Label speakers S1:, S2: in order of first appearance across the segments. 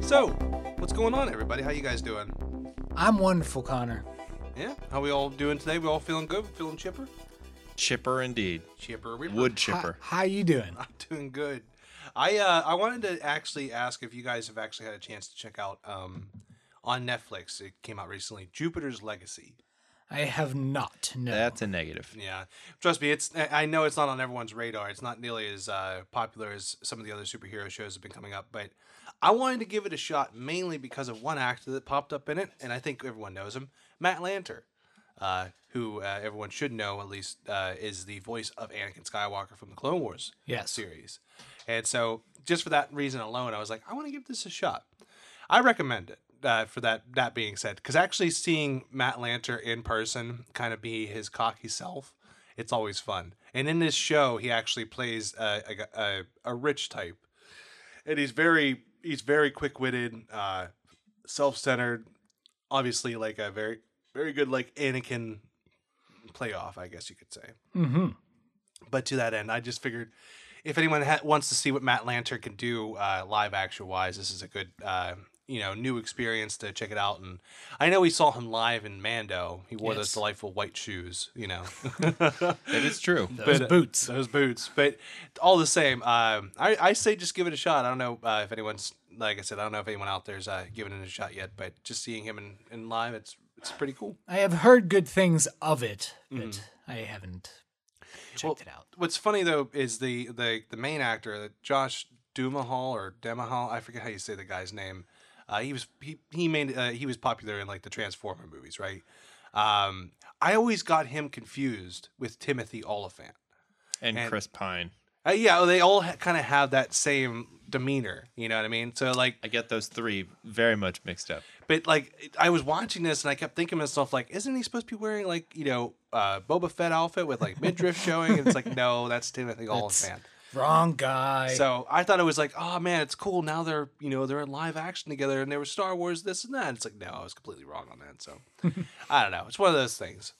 S1: So, what's going on, everybody? How you guys doing?
S2: I'm wonderful, Connor.
S1: Yeah, how we all doing today? We all feeling good? Feeling chipper?
S3: Chipper indeed.
S1: Chipper, we
S3: Wood
S2: Hi-
S3: chipper.
S2: How, you doing?
S1: I'm doing good. I uh, I wanted to actually ask if you guys have actually had a chance to check out um, on Netflix. It came out recently. Jupiter's Legacy.
S2: I have not. No.
S3: That's a negative.
S1: Yeah, trust me. It's I I know it's not on everyone's radar. It's not nearly as uh, popular as some of the other superhero shows have been coming up. But I wanted to give it a shot mainly because of one actor that popped up in it, and I think everyone knows him, Matt Lanter, uh, who uh, everyone should know at least uh, is the voice of Anakin Skywalker from the Clone Wars
S2: Yes.
S1: series. And so, just for that reason alone, I was like, I want to give this a shot. I recommend it. Uh, for that, that being said, because actually seeing Matt Lanter in person, kind of be his cocky self, it's always fun. And in this show, he actually plays a a, a, a rich type, and he's very he's very quick witted, uh, self centered. Obviously, like a very very good like Anakin playoff, I guess you could say.
S2: hmm
S1: But to that end, I just figured if anyone ha- wants to see what Matt Lanter can do uh, live action wise, this is a good uh, you know new experience to check it out. And I know we saw him live in Mando. He wore those
S2: Yes.
S1: delightful white shoes. You know,
S3: That is true.
S2: Those
S1: But- uh,
S2: boots.
S1: those boots. But all the same, um, I I say just give it a shot. I don't know uh, if anyone's like I said, I don't know if anyone out there's uh, given it a shot yet. But just seeing him in, in live, it's it's pretty cool.
S2: I have heard good things of it, but I haven't checked
S1: Mm-hmm. Well,
S2: it out.
S1: What's funny though is the the the main actor, uh, Josh Dumahal or Demahal, I forget how you say the guy's name. Uh, he was he he made uh, he was popular in like the Transformer movies, right? Um, I always got him confused with Timothy Oliphant.
S3: And
S1: And-
S3: Chris Pine.
S1: Uh, yeah, they all ha- kind of have that same demeanor. You know what I mean? So like,
S3: I get those three very much mixed up.
S1: But like I was watching this and I kept thinking to myself, like, isn't he supposed to be wearing like, you know, uh Boba Fett outfit with like midriff showing? And it's like, no, that's Timothy Oliphant.
S2: Wrong guy.
S1: So I thought it was like, oh man, it's cool. Now they're you know, they're in live action together and they were Star Wars, this and that. it's like, no, I was completely wrong on that. So I don't know. It's one of those things.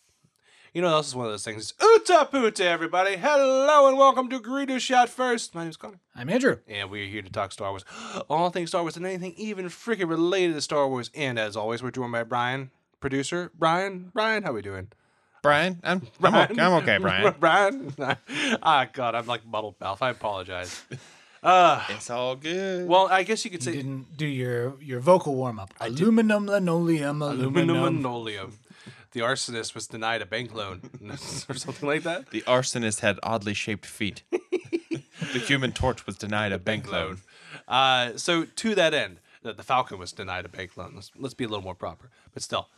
S1: You know what else is one of those things? Uta Puta, everybody. Hello and welcome to Greedo Shot First. My name's Connor.
S2: I'm Andrew.
S1: And we're here to talk Star Wars. All things Star Wars and anything even freaking related to Star Wars. And as always, we're joined by Brian, producer. Brian, Brian, how we doing?
S3: Brian, I'm I'm, okay, I'm okay, Brian.
S1: Brian? ah, God, I'm like muddled mouth. I apologize. Uh,
S3: It's all good.
S1: well, I guess you could
S2: You
S1: say
S2: didn't do your, your vocal warm up. Aluminum, linoleum, aluminum.
S1: aluminum linoleum. The arsonist was denied a bank loan or something like that.
S3: the arsonist had oddly shaped feet. the human torch was denied a bank loan.
S1: Uh, so to that end, the, the Falcon was denied a bank loan. Let's, let's be a little more proper, but still.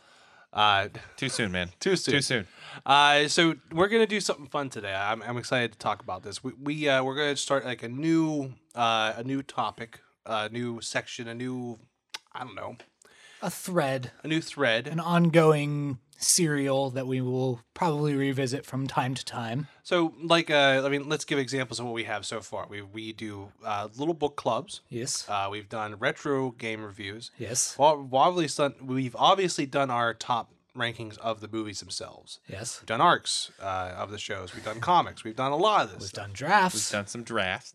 S1: Uh,
S3: Too soon, man.
S1: Too soon.
S3: Too soon.
S1: Uh, so we're gonna do something fun today. I'm, I'm excited to talk about this. We, we uh, we're gonna start like a new uh, a new topic, a new section, a new I don't know,
S2: A thread,
S1: a new thread.
S2: an ongoing serial that we will probably revisit from time to time.
S1: So like uh, I mean, let's give examples of what we have so far. We we do uh, little book clubs.
S2: Yes.
S1: Uh, we've done retro game reviews.
S2: Yes.
S1: Well, we've obviously done, we've obviously done our top rankings of the movies themselves.
S2: Yes.
S1: We've done arcs uh, of the shows. We've done comics. We've done a lot of this.
S2: We've
S1: stuff.
S2: done drafts.
S3: Done some drafts.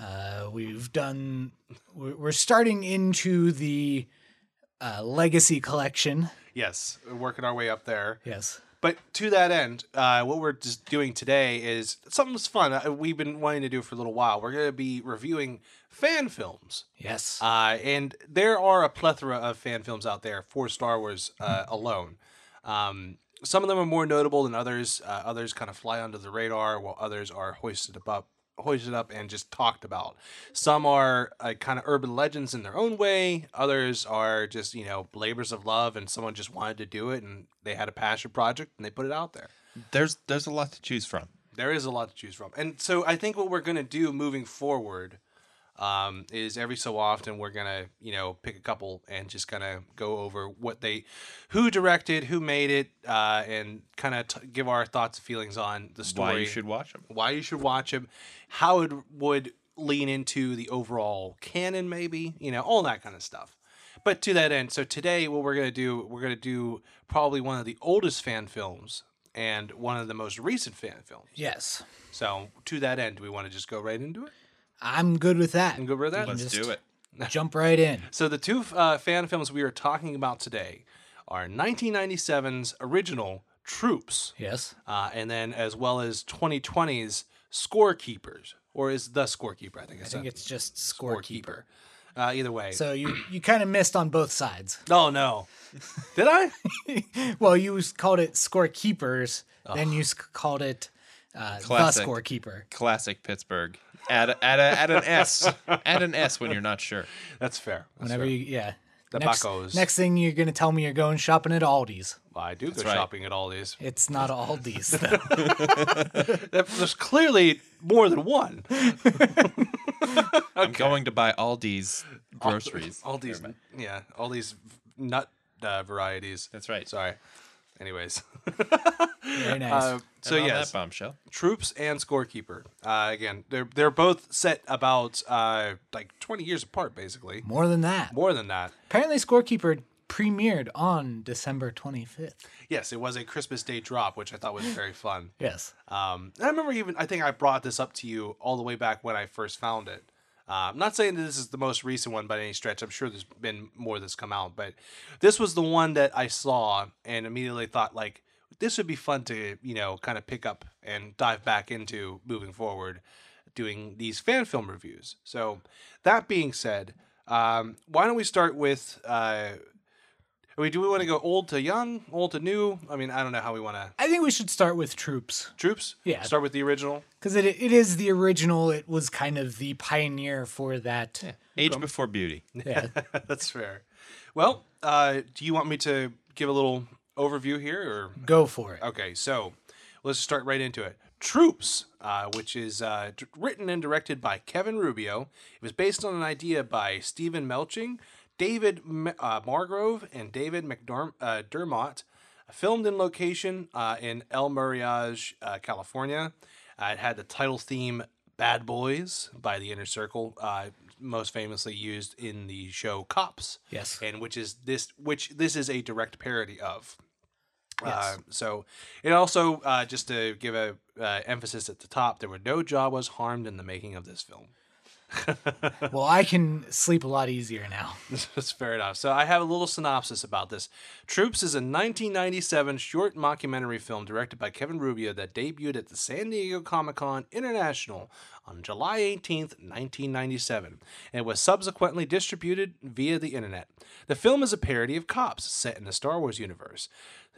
S2: Uh, we've done. We're we're starting into the uh, legacy collection.
S1: Yes, we're working our way up there.
S2: Yes.
S1: But to that end, uh, what we're just doing today is something's fun. uh, We've been wanting to do for a little while. We're going to be reviewing fan films,
S2: Yes.
S1: uh, and there are a plethora of fan films out there for Star Wars uh, alone. Um, some of them are more notable than others. Uh, others kind of fly under the radar, while others are hoisted up, hoisted up, and just talked about. Some are uh, kind of urban legends in their own way. Others are just you know labors of love, and someone just wanted to do it, and they had a passion project, and they put it out there.
S3: There's there's a lot to choose from.
S1: There is a lot to choose from. And so I think what we're going to do moving forward um, is every so often we're going to, you know, pick a couple and just kind of go over what they, who directed, who made it, uh, and kind of t- give our thoughts and feelings on the story.
S3: Why you should watch them.
S1: why you should watch it, how it would lean into the overall canon, maybe, you know, all that kind of stuff. But to that end, so today what we're gonna do, we're gonna do probably one of the oldest fan films and one of the most recent fan films.
S2: yes.
S1: So to that end, do we want to just go right into it
S2: I'm good with that.
S1: and go over that?
S3: Let's
S2: just-
S3: do it.
S2: Jump right in.
S1: So the two uh, fan films we are talking about today are 1997's original Troops,
S2: Yes.
S1: uh, and then as well as 2020's Scorekeepers, or is the Scorekeeper? I think it's,
S2: I think
S1: a
S2: it's just scorekeeper.
S1: Scorekeeper. Uh, either way.
S2: So you you kind of missed on both sides.
S1: oh no, did I?
S2: Well, you s- called it scorekeepers, then you s- called it uh, the
S3: Classic.
S2: scorekeeper.
S3: Classic Pittsburgh. Add, a, add, a, add an S. Add an S when you're not sure.
S1: That's fair. That's
S2: Whenever
S1: fair.
S2: you yeah.
S1: The
S2: next,
S1: Buccos.
S2: next thing you're gonna tell me you're going shopping at Aldi's.
S1: Well, I do go
S3: right.
S1: shopping at all these.
S2: It's not Aldi's. though.
S1: There's clearly more than one.
S3: I'm going to buy Aldi's groceries.
S1: All these, yeah, all these nut uh, varieties.
S3: That's right.
S1: Sorry. Anyways,
S2: Very nice.
S1: uh, so
S3: And on
S1: yes,
S3: that bombshell.
S1: troops and scorekeeper. Uh, again, they're they're both set about uh, like 20 years apart, basically.
S2: More than that.
S1: More than that.
S2: Apparently, scorekeeper premiered on December 25th.
S1: Yes, it was a Christmas Day drop, which I thought was very fun.
S2: Yes.
S1: Um, and I remember even I think I brought this up to you all the way back when I first found it. Uh, I'm not saying that this is the most recent one by any stretch. I'm sure there's been more that's come out, but this was the one that I saw and immediately thought like this would be fun to you know kind of pick up and dive back into moving forward, doing these fan film reviews. So that being said, um, why don't we start with? Uh, I mean, do we want to go old to young, old to new? I mean, I don't know how we want to.
S2: I think we should start with Troops
S1: Troops.
S2: Yeah.
S1: Start with the original.
S2: because it, it is the original. It was kind of the pioneer for that.
S3: Age before beauty.
S2: yeah.
S1: That's fair. Well, uh, do you want me to give a little overview here,
S2: Go for it.
S1: or okay? So let's start right into it. Troops, uh, which is uh, d- written and directed by Kevin Rubio, it was based on an idea by Stephen Melching, David M- uh, Margrove, and David McDermott. Uh, Dermott. filmed in location uh, in El Mirage, uh, California. Uh, it had the title theme "Bad Boys" by the Inner Circle, uh, most famously used in the show Cops
S2: Yes.
S1: and which is this which this is a direct parody of uh, so it also uh, just to give a uh, emphasis at the top there were no jawas harmed in the making of this film
S2: Well, I can sleep a lot easier now.
S1: That's fair enough. So I have a little synopsis about this. Troops is a 1997 short mockumentary film directed by Kevin Rubio that debuted at the San Diego Comic Con International on July 18th, 1997, and was subsequently distributed via the internet. The film is a parody of Cops, set in the Star Wars universe.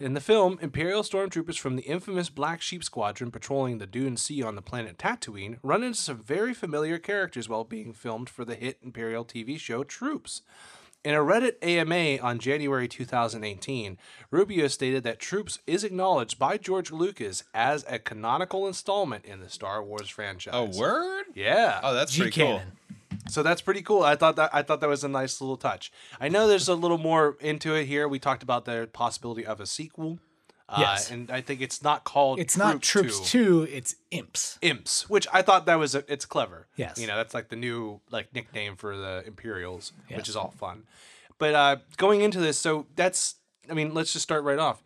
S1: In the film, Imperial stormtroopers from the infamous Black Sheep Squadron patrolling the Dune Sea on the planet Tatooine run into some very familiar characters while being filmed for the hit Imperial TV show Troops. In a Reddit AMA on January 2018, Rubio stated that Troops is acknowledged by George Lucas as a canonical installment in the Star Wars franchise.
S3: A word?
S1: Yeah.
S3: Oh, that's
S2: G
S3: pretty cool.
S2: Cannon.
S1: So that's pretty cool. I thought that I thought that was a nice little touch. I know there's a little more into it here. We talked about the possibility of a sequel. Uh,
S2: Yes.
S1: and I think it's not called
S2: It's not
S1: Troop
S2: Troops 2, it's Imps.
S1: Imps, which I thought that was a, it's clever.
S2: Yes.
S1: you know that's like the new like nickname for the Imperials, which
S2: Yes.
S1: is all fun. But uh, going into this, so that's I mean, let's just start right off.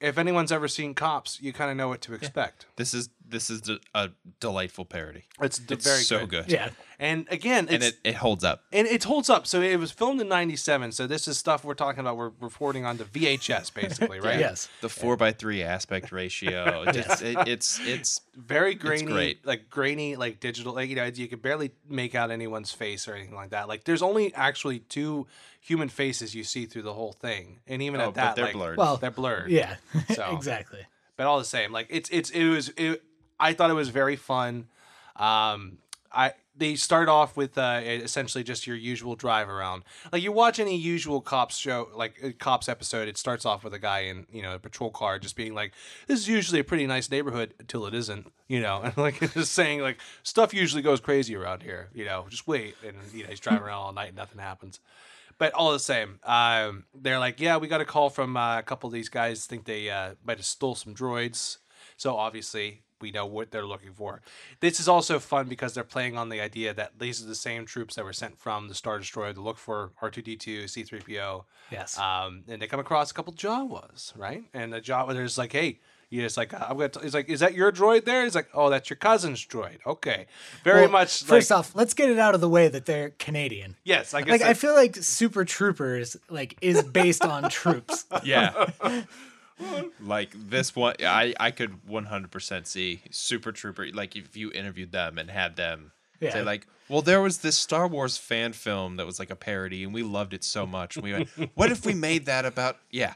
S1: If anyone's ever seen Cops, you kind of know what to expect.
S3: This is this is d- a delightful parody.
S1: It's, d-
S3: It's
S1: very
S3: so good.
S2: Yeah.
S1: And again, it's,
S3: And it, it holds up.
S1: and it holds up. So it was filmed in '97. So this is stuff we're talking about. We're reporting on the VHS, basically, right?
S2: Yes.
S3: The four by three aspect ratio. It's, it, it's it's
S1: Very grainy,
S3: great.
S1: like grainy, like digital. Like you know, you could barely make out anyone's face or anything like that. Like there's only actually two human faces you see through the whole thing, and even
S3: oh,
S1: at that,
S3: but they're
S1: like,
S3: blurred.
S2: Well-
S1: they're blurred.
S2: Yeah.
S1: So-
S2: exactly.
S1: but all the same, like it's it's it was it, I thought it was very fun. Um, I they start off with uh, essentially just your usual drive around. Like you watch any usual cops show, like uh, cops episode, it starts off with a guy in you know a patrol car just being like, "This is usually a pretty nice neighborhood until it isn't," you know, and like just saying like stuff usually goes crazy around here, you know. Just wait, and you know he's driving around all night, and nothing happens. But all the same, um, they're like, yeah, we got a call from uh, a couple of these guys. Think they uh, might have stole some droids. So obviously, we know what they're looking for. This is also fun because they're playing on the idea that these are the same troops that were sent from the Star Destroyer to look for R two D two, C three PO.
S2: Yes.
S1: uh, Um, and they come across a couple Jawas, right? And the Jawa, there's like, hey, you just like, I'm gonna. T-. He's like, is that your droid there? He's like, oh, that's your cousin's droid. Okay, very
S2: Well,
S1: much.
S2: First
S1: like,
S2: off, let's get it out of the way that they're Canadian.
S1: yes, I guess.
S2: Like I
S1: that's-
S2: feel like Super Troopers like is based on troops.
S3: Yeah. like this one, I, I could 100% see Super Trooper. Like if you interviewed them and had them
S2: Yeah.
S3: say like, well, there was this Star Wars fan film that was like a parody, and we loved it so much. And we went, what if we made that about? Yeah,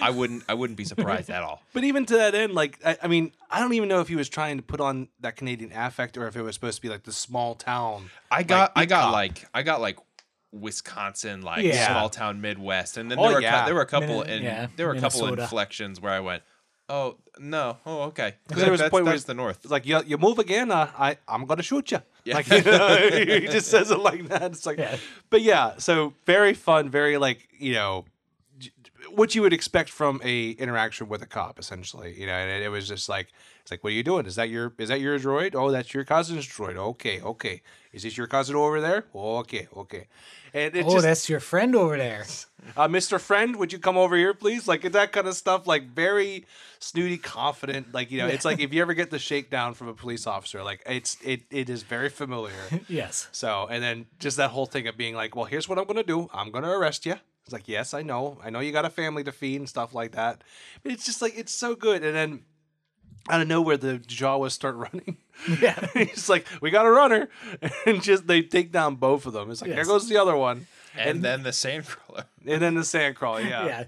S3: I wouldn't. I wouldn't be surprised at all.
S1: But even to that end, like I, I mean, I don't even know if he was trying to put on that Canadian affect or if it was supposed to be like the small town.
S3: I got. I
S1: big
S3: got
S1: cop.
S3: like. I got like. Wisconsin, like
S2: Yeah.
S3: small town Midwest, and then
S1: Oh,
S3: there were
S1: yeah.
S3: a, there were a couple
S2: Minne-
S3: and
S2: yeah,
S3: there were a couple
S2: Minnesota.
S3: inflections where I went, oh no, oh okay,
S1: there was a
S3: that's,
S1: point where-
S3: that's the North.
S1: It's like you, you move again, uh, I I'm gonna shoot you.
S3: Yeah.
S1: Like you know, he just says it like that. It's like,
S2: Yeah.
S1: but yeah, so very fun, very like you know j- what you would expect from a interaction with a cop, essentially. You know, and it, it was just like it's like, what are you doing? Is that your is that your droid? Oh, that's your cousin's droid. Okay, okay. Is this your cousin over there? Okay, okay. And it
S2: Oh,
S1: just
S2: that's your friend over there.
S1: uh, Mr. Friend, would you come over here, please? Like that kind of stuff, like very snooty, confident. Like you know, it's like if you ever get the shakedown from a police officer, like it's it it is very familiar.
S2: Yes.
S1: So, and then just that whole thing of being like, well, here's what I'm gonna do. I'm gonna arrest you. It's like, yes, I know, I know you got a family to feed and stuff like that. But it's just like it's so good. And then out of nowhere, the Jawas start running.
S2: Yeah.
S1: He's like, we got a runner, and just they take down both of them. It's like
S2: Yes.
S1: there goes the other one,
S3: and then the sandcrawler.
S1: and then the sandcrawler.
S2: yeah.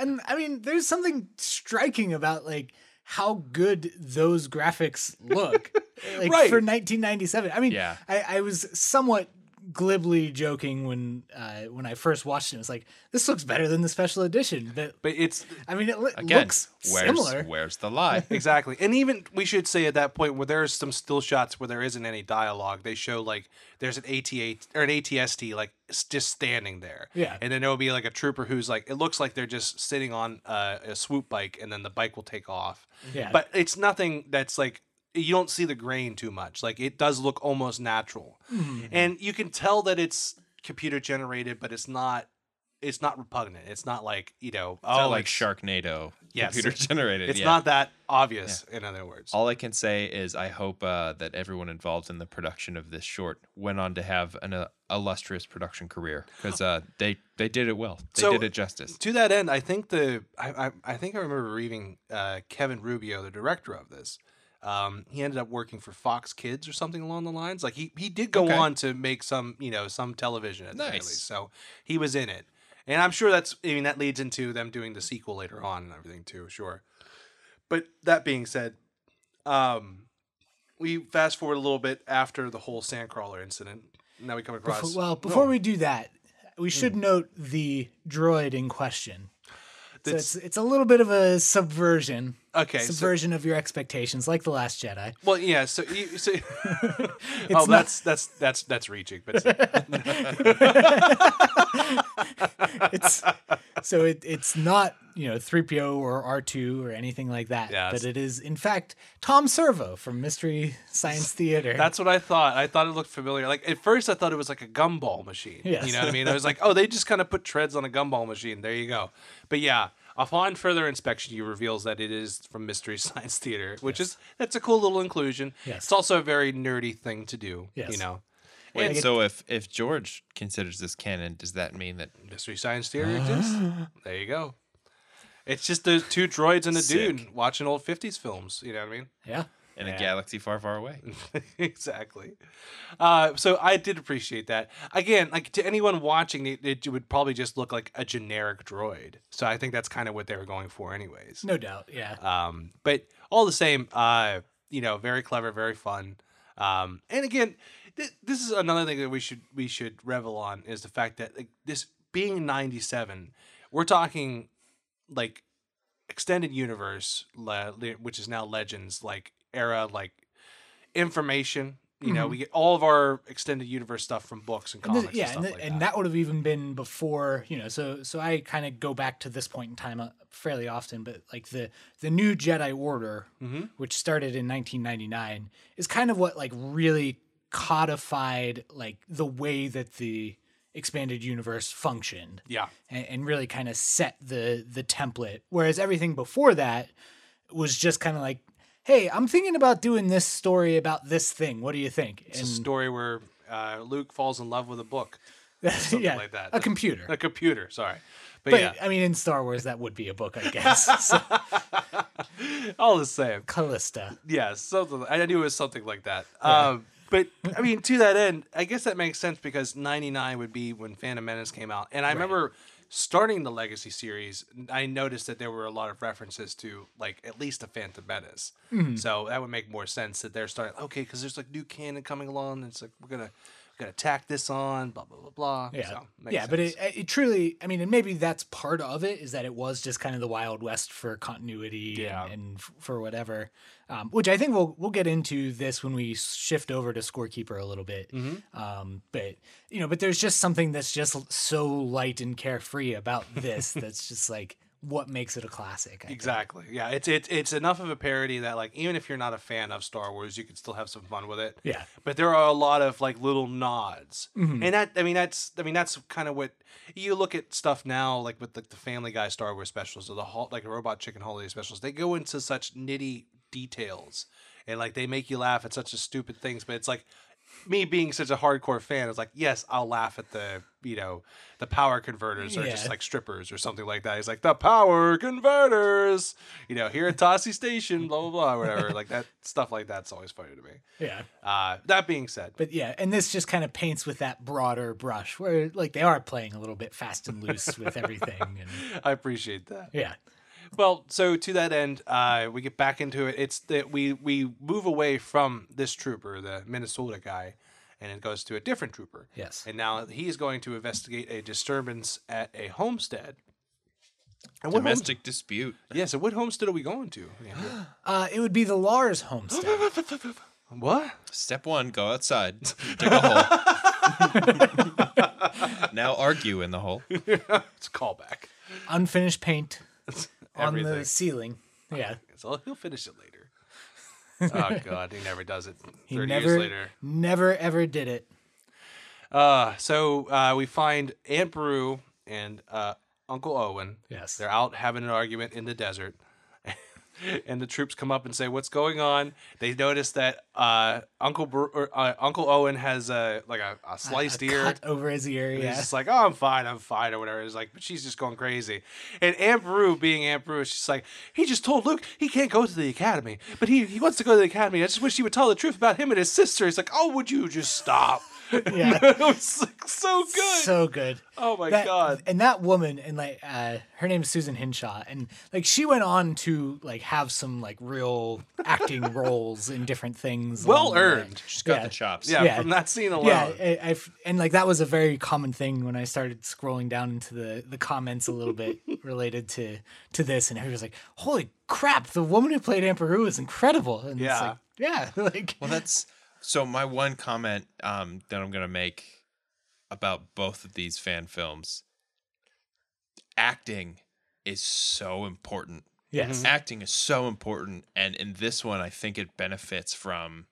S2: And I mean, there's something striking about like how good those graphics look, like
S1: Right.
S2: for 1997. I mean,
S3: Yeah.
S2: I, I was somewhat glibly joking when uh, when I first watched it. It was like, this looks better than the special edition, but
S1: But it's
S2: I mean, it li-
S3: Again,
S2: looks
S3: where's
S2: similar.
S3: where's the lie?
S1: exactly and even we should say at that point where there's some still shots where there isn't any dialogue they show like there's an ATA or an ATST like s- just standing there
S2: Yeah.
S1: and then there'll be like a trooper who's like it looks like they're just sitting on uh, a swoop bike and then the bike will take off
S2: Yeah.
S1: but it's nothing that's like you don't see the grain too much like it does look almost natural
S2: Mm-hmm.
S1: and you can tell that it's computer generated but it's not it's not repugnant it's not like you know
S3: It's
S1: oh
S3: not like
S1: it's-
S3: Sharknado,
S1: Yes.
S3: computer generated.
S1: it's
S3: yeah.
S1: not that obvious in other words
S3: All I can say is I hope uh, that everyone involved in the production of this short went on to have an uh, illustrious production career because uh, they they did it well. They
S1: So-
S3: did it justice.
S1: to that end, I think the I, I, I think I remember reading uh, Kevin Rubio, the director of this. Um, he ended up working for Fox Kids or something along the lines. Like he he did go
S3: Okay.
S1: on to make some you know some television at the very
S3: Nice.
S1: least. So he was in it, and I'm sure that's I mean that leads into them doing the sequel later on and everything too. Sure, but that being said, um, we fast forward a little bit after the whole Sandcrawler incident. Now we come across
S2: Befo- well, before we do that, we should
S1: Hmm.
S2: note the droid in question. So
S1: That's-
S2: it's, it's a little bit of a subversion,
S1: okay. So,
S2: subversion of your expectations, like the Last Jedi.
S1: well, yeah. So, you, so
S2: It's
S1: oh,
S2: not-
S1: that's that's that's that's reaching, but it's-
S2: it's so it, it's not you know 3PO or R2 or anything like that.
S1: Yeah,
S2: but
S1: it's-
S2: it is in fact Tom Servo from Mystery Science Theater.
S1: that's what I thought. I thought it looked familiar. Like at first, I thought it was like a gumball machine.
S2: Yes.
S1: You know what I mean? I was like, oh, they just kind of put treads on a gumball machine. There you go. But yeah, upon further inspection, he reveals that it is from Mystery Science Theater, which is that's a cool little inclusion.
S2: Yes.
S1: It's also a very nerdy thing to do.
S2: Yes.
S1: You know,
S3: Wait,
S1: it's-
S3: so if if George considers this canon, does that mean that
S1: Mystery Science Theater exists. There you go. It's just those two droids and a
S3: Sick.
S1: dude watching old fifties films. You know what I mean?
S2: yeah.
S3: in
S2: Yeah.
S3: a galaxy far, far away?
S1: exactly. Uh, so I did appreciate that. Again, like to anyone watching, it, it would probably just look like a generic droid. So I think that's kind of what they were going for, anyways.
S2: No doubt. Yeah.
S1: Um, but all the same, uh, you know, very clever, very fun. Um, and again, th- this is another thing that we should we should revel on is the fact that like, this being '97, we're talking like extended universe, le- le- which is now Legends, like era, like information. You know, we get all of our extended universe stuff from books and
S2: Mm-hmm. And this-
S1: comics.
S2: yeah,
S1: and,
S2: and,
S1: stuff
S2: th-
S1: like
S2: and that would have even been before you know. So so I kind of go back to this point in time uh, fairly often, but like the the new Jedi Order,
S1: Mm-hmm.
S2: which started in 1999, is kind of what like really codified like the way that the expanded universe functioned
S1: yeah,
S2: and, and really kind of set the the template. Whereas everything before that was just kind of like, "Hey, I'm thinking about doing this story about this thing. What do you think?"
S1: It's a story where uh, Luke falls in love with a book, something
S2: yeah,
S1: like that.
S2: a computer.
S1: a computer. Sorry, but,
S2: but
S1: yeah,
S2: I mean, in Star Wars, that would be a book, I guess. so,
S1: all the same.
S2: Callista.
S1: Yeah, something. I knew it was something like that. Um, but I mean, to that end, I guess that makes sense because '99 would be when Phantom Menace came out, and I remember starting the Legacy series. I noticed that there were a lot of references to like at least the Phantom Menace,
S2: Hmm.
S1: so that would make more sense that they're starting. Okay, because there's like new canon coming along, and it's like we're gonna we're gonna tack this on, blah blah blah blah.
S2: Yeah,
S1: so, makes
S2: yeah, but
S1: sense.
S2: it, it truly, I mean, and maybe that's part of it is that it was just kind of the Wild West for continuity
S1: Yeah.
S2: and, and f- for whatever, um, which I think we'll we'll get into this when we shift over to Scorekeeper a little bit.
S1: Mm-hmm.
S2: Um, but you know, but there's just something that's just l- so light and carefree about this that's just like what makes it a classic. I think.
S1: Exactly. Yeah, it's it's it's enough of a parody that like even if you're not a fan of Star Wars, you can still have some fun with it.
S2: Yeah. Mm-hmm.
S1: But there are a lot of like little nods, and that I mean that's I mean that's kind of what you look at stuff now like with like the Family Guy Star Wars specials or the hol- like Robot Chicken Holiday specials. They go into such nitty details and like they make you laugh at such a stupid things, but it's like. Me being such a hardcore fan, it's like, yes, I'll laugh at the, you know, the power converters or just
S2: Yeah.
S1: like like strippers or something like that. He's like the power converters, you know, here at Tossie Station, blah blah blah, whatever. like that stuff like that's always funny to me.
S2: Yeah.
S1: Uh, that being said,
S2: But yeah, and this just kind of paints with that broader brush where like they are playing a little bit fast and loose with everything. And,
S1: I appreciate that.
S2: yeah.
S1: Well, so to that end, uh, we get back into it. It's that we we move away from this trooper, the Minnesota guy, and it goes to a different trooper.
S2: Yes.
S1: And now he's going to investigate a disturbance at a homestead. And what homestead?
S3: Domestic dispute.
S1: Yeah, so what homestead are we going to?
S2: Uh, it would be the Lars homestead.
S1: what?
S3: Step one, go outside. Dig a hole. now argue in the hole.
S1: It's a callback.
S2: Unfinished paint on
S1: Everything.
S2: the ceiling. Yeah.
S1: So he'll finish it later. oh god, he never does it. Thirty
S2: He
S1: years
S2: never,
S1: later.
S2: never ever did it.
S1: Uh, so uh, we find Aunt Brew and uh, Uncle Owen.
S2: Yes.
S1: They're out having an argument in the desert, and the troops come up and say, "What's going on?" They notice that uh, Uncle Bru or, uh, Uncle Owen has a like a, a sliced
S2: A
S1: ear.
S2: cut over his ear.
S1: And He's
S2: Yeah.
S1: just like, oh, I'm fine, I'm fine, or whatever. He's like, but she's just going crazy. And Aunt Brew, being Aunt Brew, she's like, he just told Luke he can't go to the academy, but he, he wants to go to the academy. I just wish he would tell the truth about him and his sister. He's like, oh, would you just stop?
S2: Yeah.
S1: it was like, so good.
S2: So good.
S1: oh my
S2: that,
S1: god.
S2: And that woman, and like uh, her name is Susan Hinshaw, and like she went on to like have some like real acting roles in different things.
S1: Well
S2: along the way.
S1: earned.
S3: She's got
S2: Yeah.
S3: the chops.
S1: Yeah,
S2: yeah.
S1: from that scene alone.
S2: Yeah, I, I've, and like that was a very common thing when I started scrolling down into the the comments a little bit related to to this, and everybody was like, "Holy crap! The woman who played Amperu is incredible!" And
S1: Yeah.
S2: it's like, yeah, like
S3: Well, that's so. My one comment um, that I'm gonna make about both of these fan films, acting is so important.
S2: yes,
S3: Acting is so important, and in this one, I think it benefits from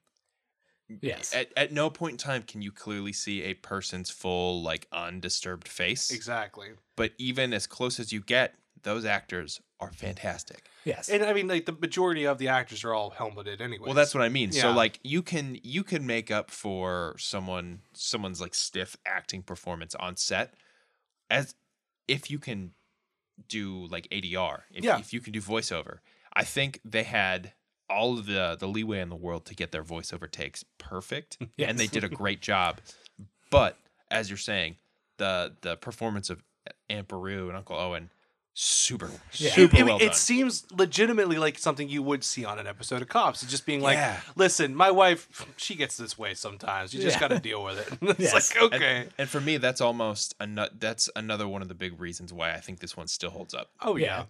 S2: yes,
S3: At, at no point in time can you clearly see a person's full, like, undisturbed face.
S1: Exactly.
S3: But even as close as you get, those actors are fantastic.
S2: yes,
S1: And I mean, like, the majority of the actors are all helmeted anyway.
S3: Well, that's what I mean. So,
S1: Yeah.
S3: like, you can you can make up for someone someone's like stiff acting performance on set as if you can do like ADR. If,
S1: Yeah.
S3: if you can do voiceover, I think they had all of the the leeway in the world to get their voiceover takes perfect, and they did a great job. But as you're saying, the the performance of Aunt Beru and Uncle Owen, super super
S1: it, it-
S3: well
S1: it
S3: done.
S1: seems legitimately like something you would see on an episode of Cops. It's just being like,
S3: Yeah.
S1: listen, my wife, she gets this way sometimes. You just
S2: Yeah.
S1: got to deal with it. it's
S2: Yes.
S1: like,
S3: And-
S1: okay.
S3: And, for me, that's almost ano- that's another one of the big reasons why I think this one still holds up.
S1: oh, yeah.
S2: Yeah.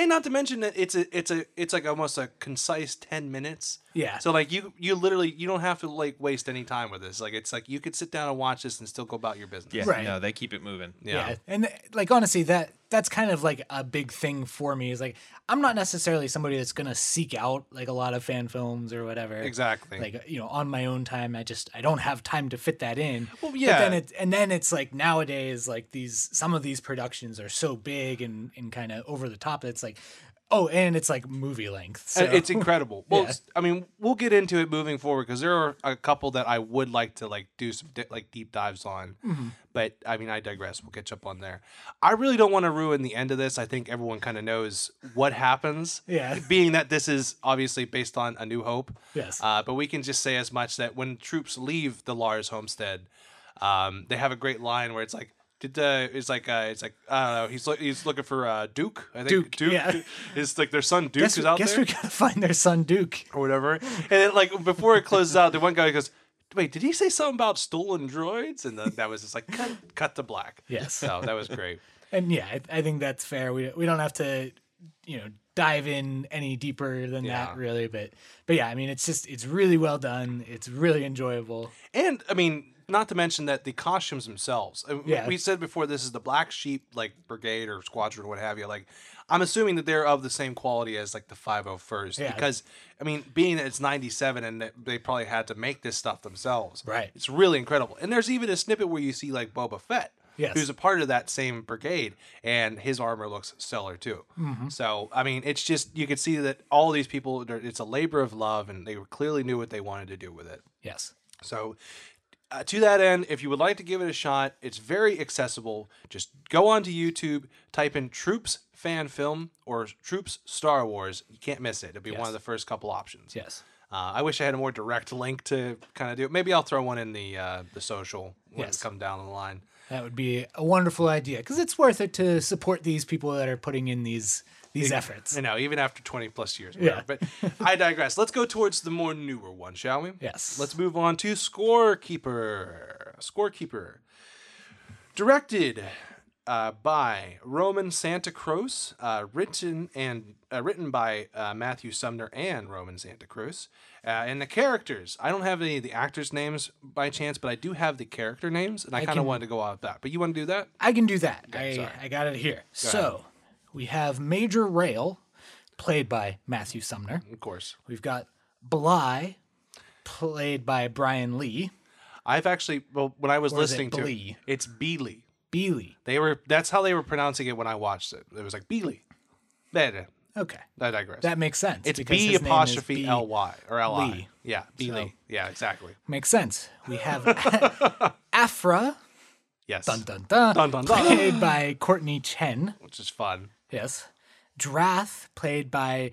S1: And not to mention that it's a, it's a, it's like almost a concise 10 minutes.
S2: Yeah.
S1: So like you, you literally, you don't have to like waste any time with this. Like, it's like you could sit down and watch this and still go about your business.
S3: Yeah,
S2: Right.
S3: no, they keep it moving.
S1: Yeah.
S2: yeah. And like honestly, that that's kind of like a big thing for me. Is like I'm not necessarily somebody that's gonna seek out like a lot of fan films or whatever.
S1: Exactly.
S2: Like you know, on my own time, I just I don't have time to fit that in.
S1: Well,
S2: But
S1: yeah.
S2: then it and then it's like nowadays, like these some of these productions are so big and and kind of over the top. It's like Oh, and it's like movie length. So.
S1: And Uh, It's incredible. Well,
S2: Yeah.
S1: s- I mean, we'll get into it moving forward because there are a couple that I would like to like do some di- like deep dives on.
S2: Mm-hmm.
S1: But I mean, I digress. We'll catch up on there. I really don't want to ruin the end of this. I think everyone kind of knows what happens.
S2: Yeah.
S1: Being that this is obviously based on A New Hope.
S2: Yes.
S1: Uh, but we can just say as much that when troops leave the Lars homestead, um, they have a great line where it's like. Did uh, it's like uh, it's like I don't know. He's look he's looking for uh, Duke. I think
S2: Duke,
S1: Duke
S2: yeah.
S1: is like their son Duke
S2: guess
S1: is out
S2: guess
S1: there
S2: we gotta find their son Duke.
S1: or whatever. And then like before it closes out, the one guy goes, "Wait, did he say something about stolen droids?" And then that was just like cut, cut to black.
S2: Yes.
S1: so that was great.
S2: And yeah, I, I think that's fair. We we don't have to, you know, dive in any deeper than
S1: Yeah.
S2: that really. But but yeah, I mean, it's just it's really well done. It's really enjoyable.
S1: And I mean, not to mention that the costumes themselves. I mean,
S2: Yeah.
S1: We said before this is the black sheep like brigade or squadron, what have you. Like, I'm assuming that they're of the same quality as like the 501st
S2: Yeah.
S1: because I mean, being that it's 97 and that they probably had to make this stuff themselves.
S2: Right.
S1: It's really incredible. And there's even a snippet where you see like Boba Fett.
S2: Yes.
S1: Who's a part of that same brigade, and his armor looks stellar too.
S2: Mm-hmm.
S1: So, I mean, it's just you could see that all these people, they're- it's a labor of love, and they clearly knew what they wanted to do with it.
S2: Yes.
S1: So, uh, to that end, if you would like to give it a shot, it's very accessible. Just go onto YouTube, type in Troops Fan Film or Troops Star Wars. You can't miss it. It'll be one of the first couple options.
S2: Yes.
S1: Uh, I wish I had a more direct link to kind of do it. Maybe I'll throw one in the uh, the social when
S2: Yes.
S1: it's come down the line.
S2: That would be a wonderful idea because it's worth it to support these people that are putting in these these efforts.
S1: You know, even after 20 plus years.
S2: Yeah.
S1: Yeah. But I digress. Let's go towards the more newer one, shall we?
S2: Yes.
S1: Let's move on to Scorekeeper. Scorekeeper. Directed uh, by Roman Santa Cruz, uh, written and uh, written by uh, Matthew Sumner and Roman Santa Cruz, uh, and the characters. I don't have any of the actors' names by chance, but I do have the character names, and I, kind of
S2: can-
S1: wanted to go out with that. But you want to do that?
S2: I can do that.
S1: sorry.
S2: I, I got it here. so we have Major Rail, played by Matthew Sumner.
S1: Of course.
S2: We've got Bly, played by Brian Lee.
S1: I've actually, well, when I was
S2: is it
S1: listening to
S2: Blee?
S1: it, it's Beely.
S2: Beely.
S1: They were that's how they were pronouncing it when I watched it. It was like Beely. Nah, nah,
S2: Okay.
S1: I digress.
S2: That makes sense.
S1: it's
S2: because
S1: B
S2: his name is
S1: apostrophe
S2: B.
S1: L Y or L I.
S2: Lee.
S1: Yeah, Beely. Yeah, exactly.
S2: Makes sense. We have Afra,
S1: Yes,
S2: dun dun dun,
S1: Dun, dun, dun.
S2: played by Courtney Chen.
S1: which is fun.
S2: Yes. Drath, played by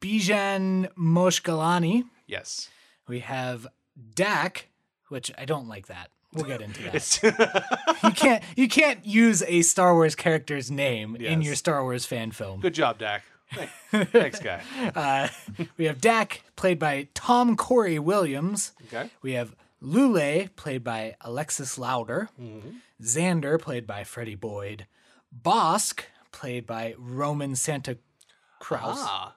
S2: Bijan Moshgalani.
S1: Yes,
S2: We have Dak, which I don't like that. We'll get into that.
S1: it's
S2: you can't you can't use a Star Wars character's name in
S1: Yes.
S2: your Star Wars fan film.
S1: good job, Dak. Thank- Thanks, guy.
S2: Uh, we have Dak, played by Tom Corey Williams.
S1: Okay.
S2: We have Lule, played by Alexis Louder.
S3: Mm-hmm.
S2: Xander, played by Freddie Boyd. Bosk, played by Roman Santa Kraus.
S1: Ah,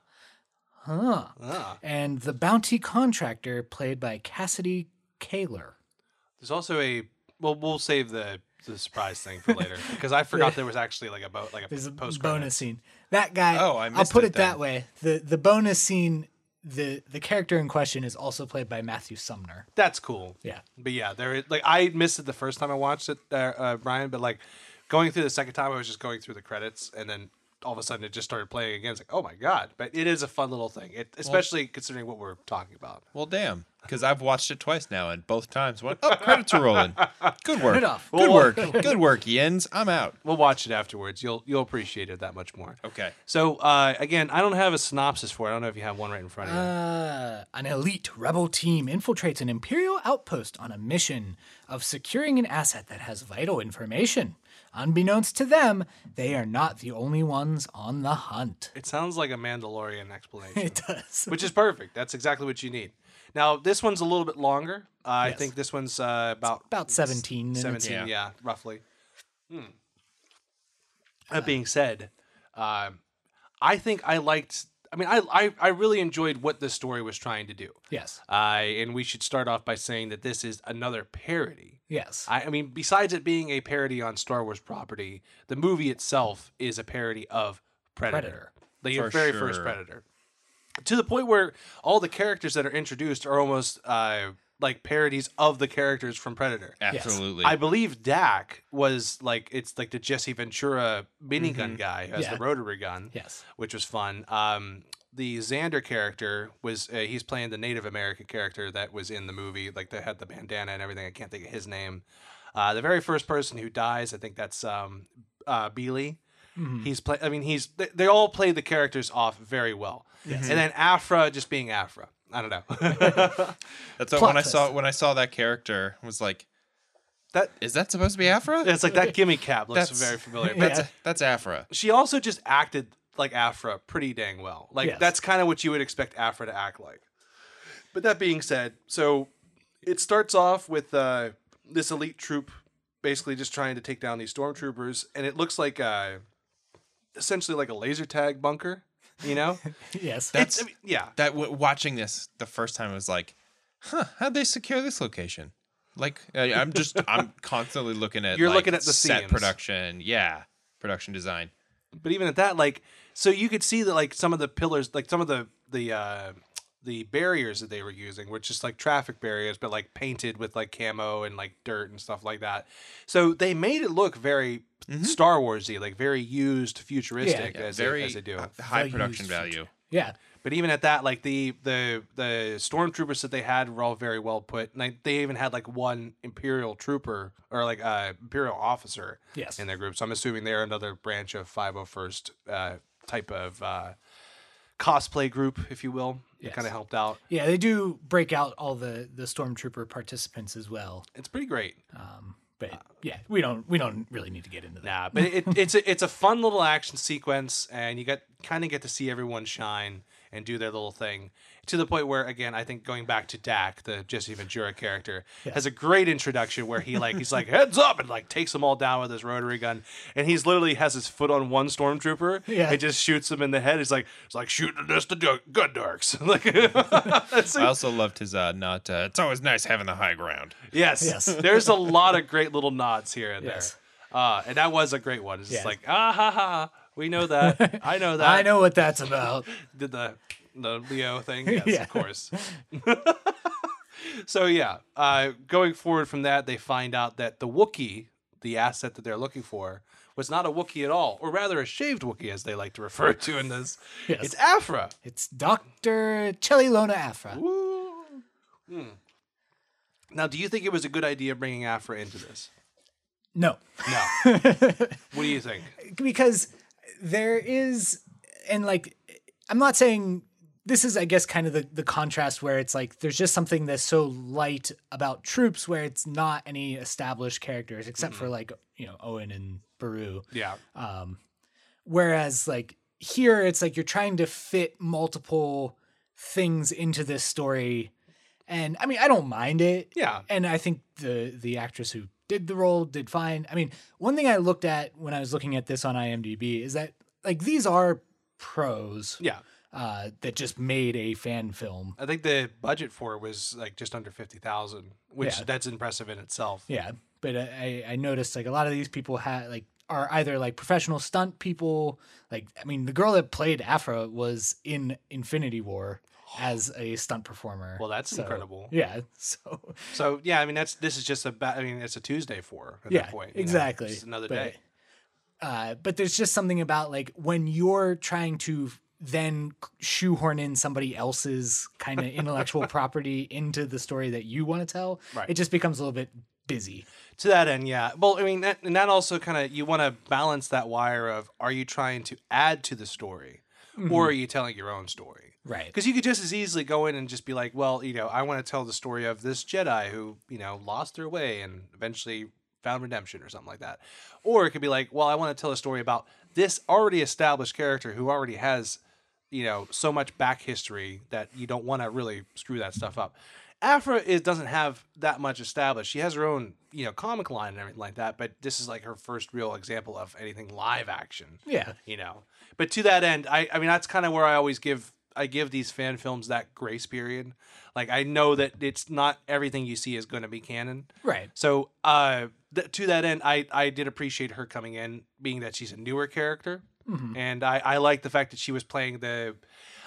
S1: ah.
S2: And the bounty contractor, played by Cassidy Kaler.
S1: There's also a well. We'll save the the surprise thing for later because I forgot there was actually like a boat, like a
S2: There's a
S1: post
S2: bonus scene. That guy.
S3: Oh, I
S2: will
S3: missed
S2: put it,
S3: it
S2: that
S3: then.
S2: way. The the bonus scene. The the character in question is also played by Matthew Sumner.
S1: That's cool.
S2: Yeah.
S1: But yeah, there is, like I missed it the first time I watched it, uh, uh, Brian. But like going through the second time, I was just going through the credits, and then all of a sudden it just started playing again. It's like, oh my god! But it is a fun little thing, it, especially considering what we're talking about.
S3: Well, damn, because I've watched it twice now, and both times went, oh, credits are rolling. Good work.
S2: off.
S3: Good work. Good work, Yens. I'm out.
S1: We'll watch it afterwards. You'll you'll appreciate it that much more.
S3: Okay.
S1: So uh, again, I don't have a synopsis for it. I don't know if you have one right in front of you.
S2: Uh, an elite rebel team infiltrates an Imperial outpost on a mission of securing an asset that has vital information. Unbeknownst to them, they are not the only ones on the hunt.
S1: It sounds like a Mandalorian explanation.
S2: It does.
S1: which is perfect. That's exactly what you need. Now this one's a little bit longer. Uh, I
S2: Yes.
S1: think this one's uh, about
S2: About 17 minutes.
S1: 17 yeah,
S3: Yeah.
S1: roughly hmm. that being said um, i think i liked i mean I, I i really enjoyed what this story was trying to do
S2: Yes.
S1: uh, and we should start off by saying that this is another parody
S2: Yes.
S1: I, I mean besides it being a parody on star wars property the movie itself is a parody of predator,
S2: Predator.
S1: the
S3: For
S1: very first
S3: sure.
S1: predator to the point where all the characters that are introduced are almost uh, like parodies of the characters from Predator.
S3: Absolutely.
S1: I believe Dak was like it's like the Jesse Ventura minigun guy as
S2: Mm-hmm. Yeah.
S1: the rotary gun,
S2: Yes.
S1: which was fun. Um, the Xander character was uh, he's playing the Native American character that was in the movie, like they had the bandana and everything. I can't think of his name. Uh, the very first person who dies, I think that's um, uh, Beely.
S2: Mhm.
S1: He's play. I mean, he's they, they all play the characters off very well. And then Afra just being Afra. I don't know.
S3: That's what,
S2: Plot
S3: when I saw
S2: twist.
S3: when I saw that character I was like,
S1: that
S3: is that supposed to be Afra?
S1: it's like that gimme cap looks
S3: That's-
S1: very familiar. But
S3: That's that's Afra.
S1: she also just acted like Afra pretty dang well. Like
S2: Yes.
S1: that's kind of what you would expect Afra to act like. But that being said, so it starts off with uh, this elite troop basically just trying to take down these stormtroopers, and it looks like uh, essentially like a laser tag bunker. You know,
S2: Yes.
S3: That's
S1: I mean, yeah,
S3: that. W- watching this the first time I was like, huh? How'd they secure this location? Like I- I'm just I'm constantly looking at
S1: You're
S3: like,
S1: looking at the
S3: set
S1: seams.
S3: production, yeah, production design.
S1: but even at that, like, so you could see that like some of the pillars, like some of the the uh, the barriers that they were using were just like traffic barriers, but like painted with like camo and like dirt and stuff like that. So they made it look very Star Warsy, like very used, futuristic
S3: Mm-hmm. Yeah,
S1: as,
S3: very
S1: they, as they do.
S3: h- high
S2: Values
S3: production
S2: feature.
S3: value.
S2: yeah.
S1: But even at that, like the the the stormtroopers that they had were all very well put. And like, they even had like one Imperial trooper or like uh, Imperial officer
S2: Yes.
S1: in their group. So I'm assuming they're another branch of 501st uh, type of uh, cosplay group, if you will. It
S2: Yes.
S1: kind of helped out.
S2: Yeah, they do break out all the the stormtrooper participants as well.
S1: It's pretty great.
S2: Um, but
S1: Uh,
S2: yeah, we don't we don't really need to get into that.
S1: Nah, but it, it's a, it's a fun little action sequence, and you get kind of get to see everyone shine and do their little thing to the point where, again, I think going back to Dak, the Jesse Ventura character, has a great introduction where he like he's like heads up and like takes them all down with his rotary gun, and he's literally has his foot on one stormtrooper,
S2: Yeah.
S1: and just shoots him in the head. He's like it's like shooting this to du- good darks, like it's
S3: I
S1: like-
S3: also loved his uh, not. Uh, it's always nice having the high ground.
S1: yes,
S2: Yes.
S1: there's a lot of great little nods here and
S2: Yes.
S1: there, uh, and that was a great one. It's just
S2: Yeah.
S1: like ah ha ha. We know that. I know that.
S2: I know what that's about.
S1: did the the Leo thing. Yes,
S2: Yeah.
S1: of course. so yeah, uh, going forward from that, they find out that the Wookiee, the asset that they're looking for, was not a Wookiee at all, or rather a shaved Wookiee, as they like to refer to in this.
S2: Yes.
S1: It's Afra.
S2: It's Doctor Chelilona Afra.
S1: Woo. Hmm. Now, do you think it was a good idea bringing Afra into this?
S2: No,
S1: No. what do you think?
S2: because there is, and like, I'm not saying this is, I guess, kind of the the contrast where it's like there's just something that's so light about troops where it's not any established characters except for like you know Owen and Baru.
S1: Yeah.
S2: Um, Whereas like here, it's like you're trying to fit multiple things into this story, and I mean, I don't mind it.
S1: Yeah.
S2: and I think the the actress who did the role did fine. I mean, one thing I looked at when I was looking at this on IMDb is that like these are pros
S1: Yeah.
S2: uh, that just made a fan film.
S1: I think the budget for it was like just under 50,000, which
S2: Yeah.
S1: that's impressive in itself.
S2: Yeah, but I, I I noticed like a lot of these people had like are either like professional stunt people. Like I mean, the girl that played Afra was in Infinity War as a stunt performer.
S1: Well, that's
S2: So,
S1: incredible.
S2: Yeah. So
S1: So yeah, I mean that's this is just a ba- I mean it's a Tuesday for her at that point. you know?
S2: Exactly.
S1: It's another
S2: But-
S1: day.
S2: Uh, but there's just something about like when you're trying to then shoehorn in somebody else's kind of intellectual property into the story that you want to tell,
S1: Right.
S2: it just becomes a little bit busy.
S1: To that end, yeah. Well, I mean that and that also kind of you want to balance that wire of are you trying to add to the story
S2: Mm-hmm.
S1: or are you telling your own story?
S2: Right.
S1: Because you could just as easily go in and just be like, well, you know, I want to tell the story of this Jedi who, you know, lost their way and eventually found redemption or something like that. Or it could be like, well, I want to tell a story about this already established character who already has, you know, so much back history that you don't want to really screw that stuff up. Afra is, doesn't have that much established. She has her own, you know, comic line and everything like that, but this is like her first real example of anything live action
S2: Yeah.
S1: you know. But to that end, I, I mean that's kind of where I always give I give these fan films that grace period. Like I know that it's not everything you see is going to be canon.
S2: Right.
S1: So uh, th- to that end, I I did appreciate her coming in, being that she's a newer character, and I I like the fact that she was playing the,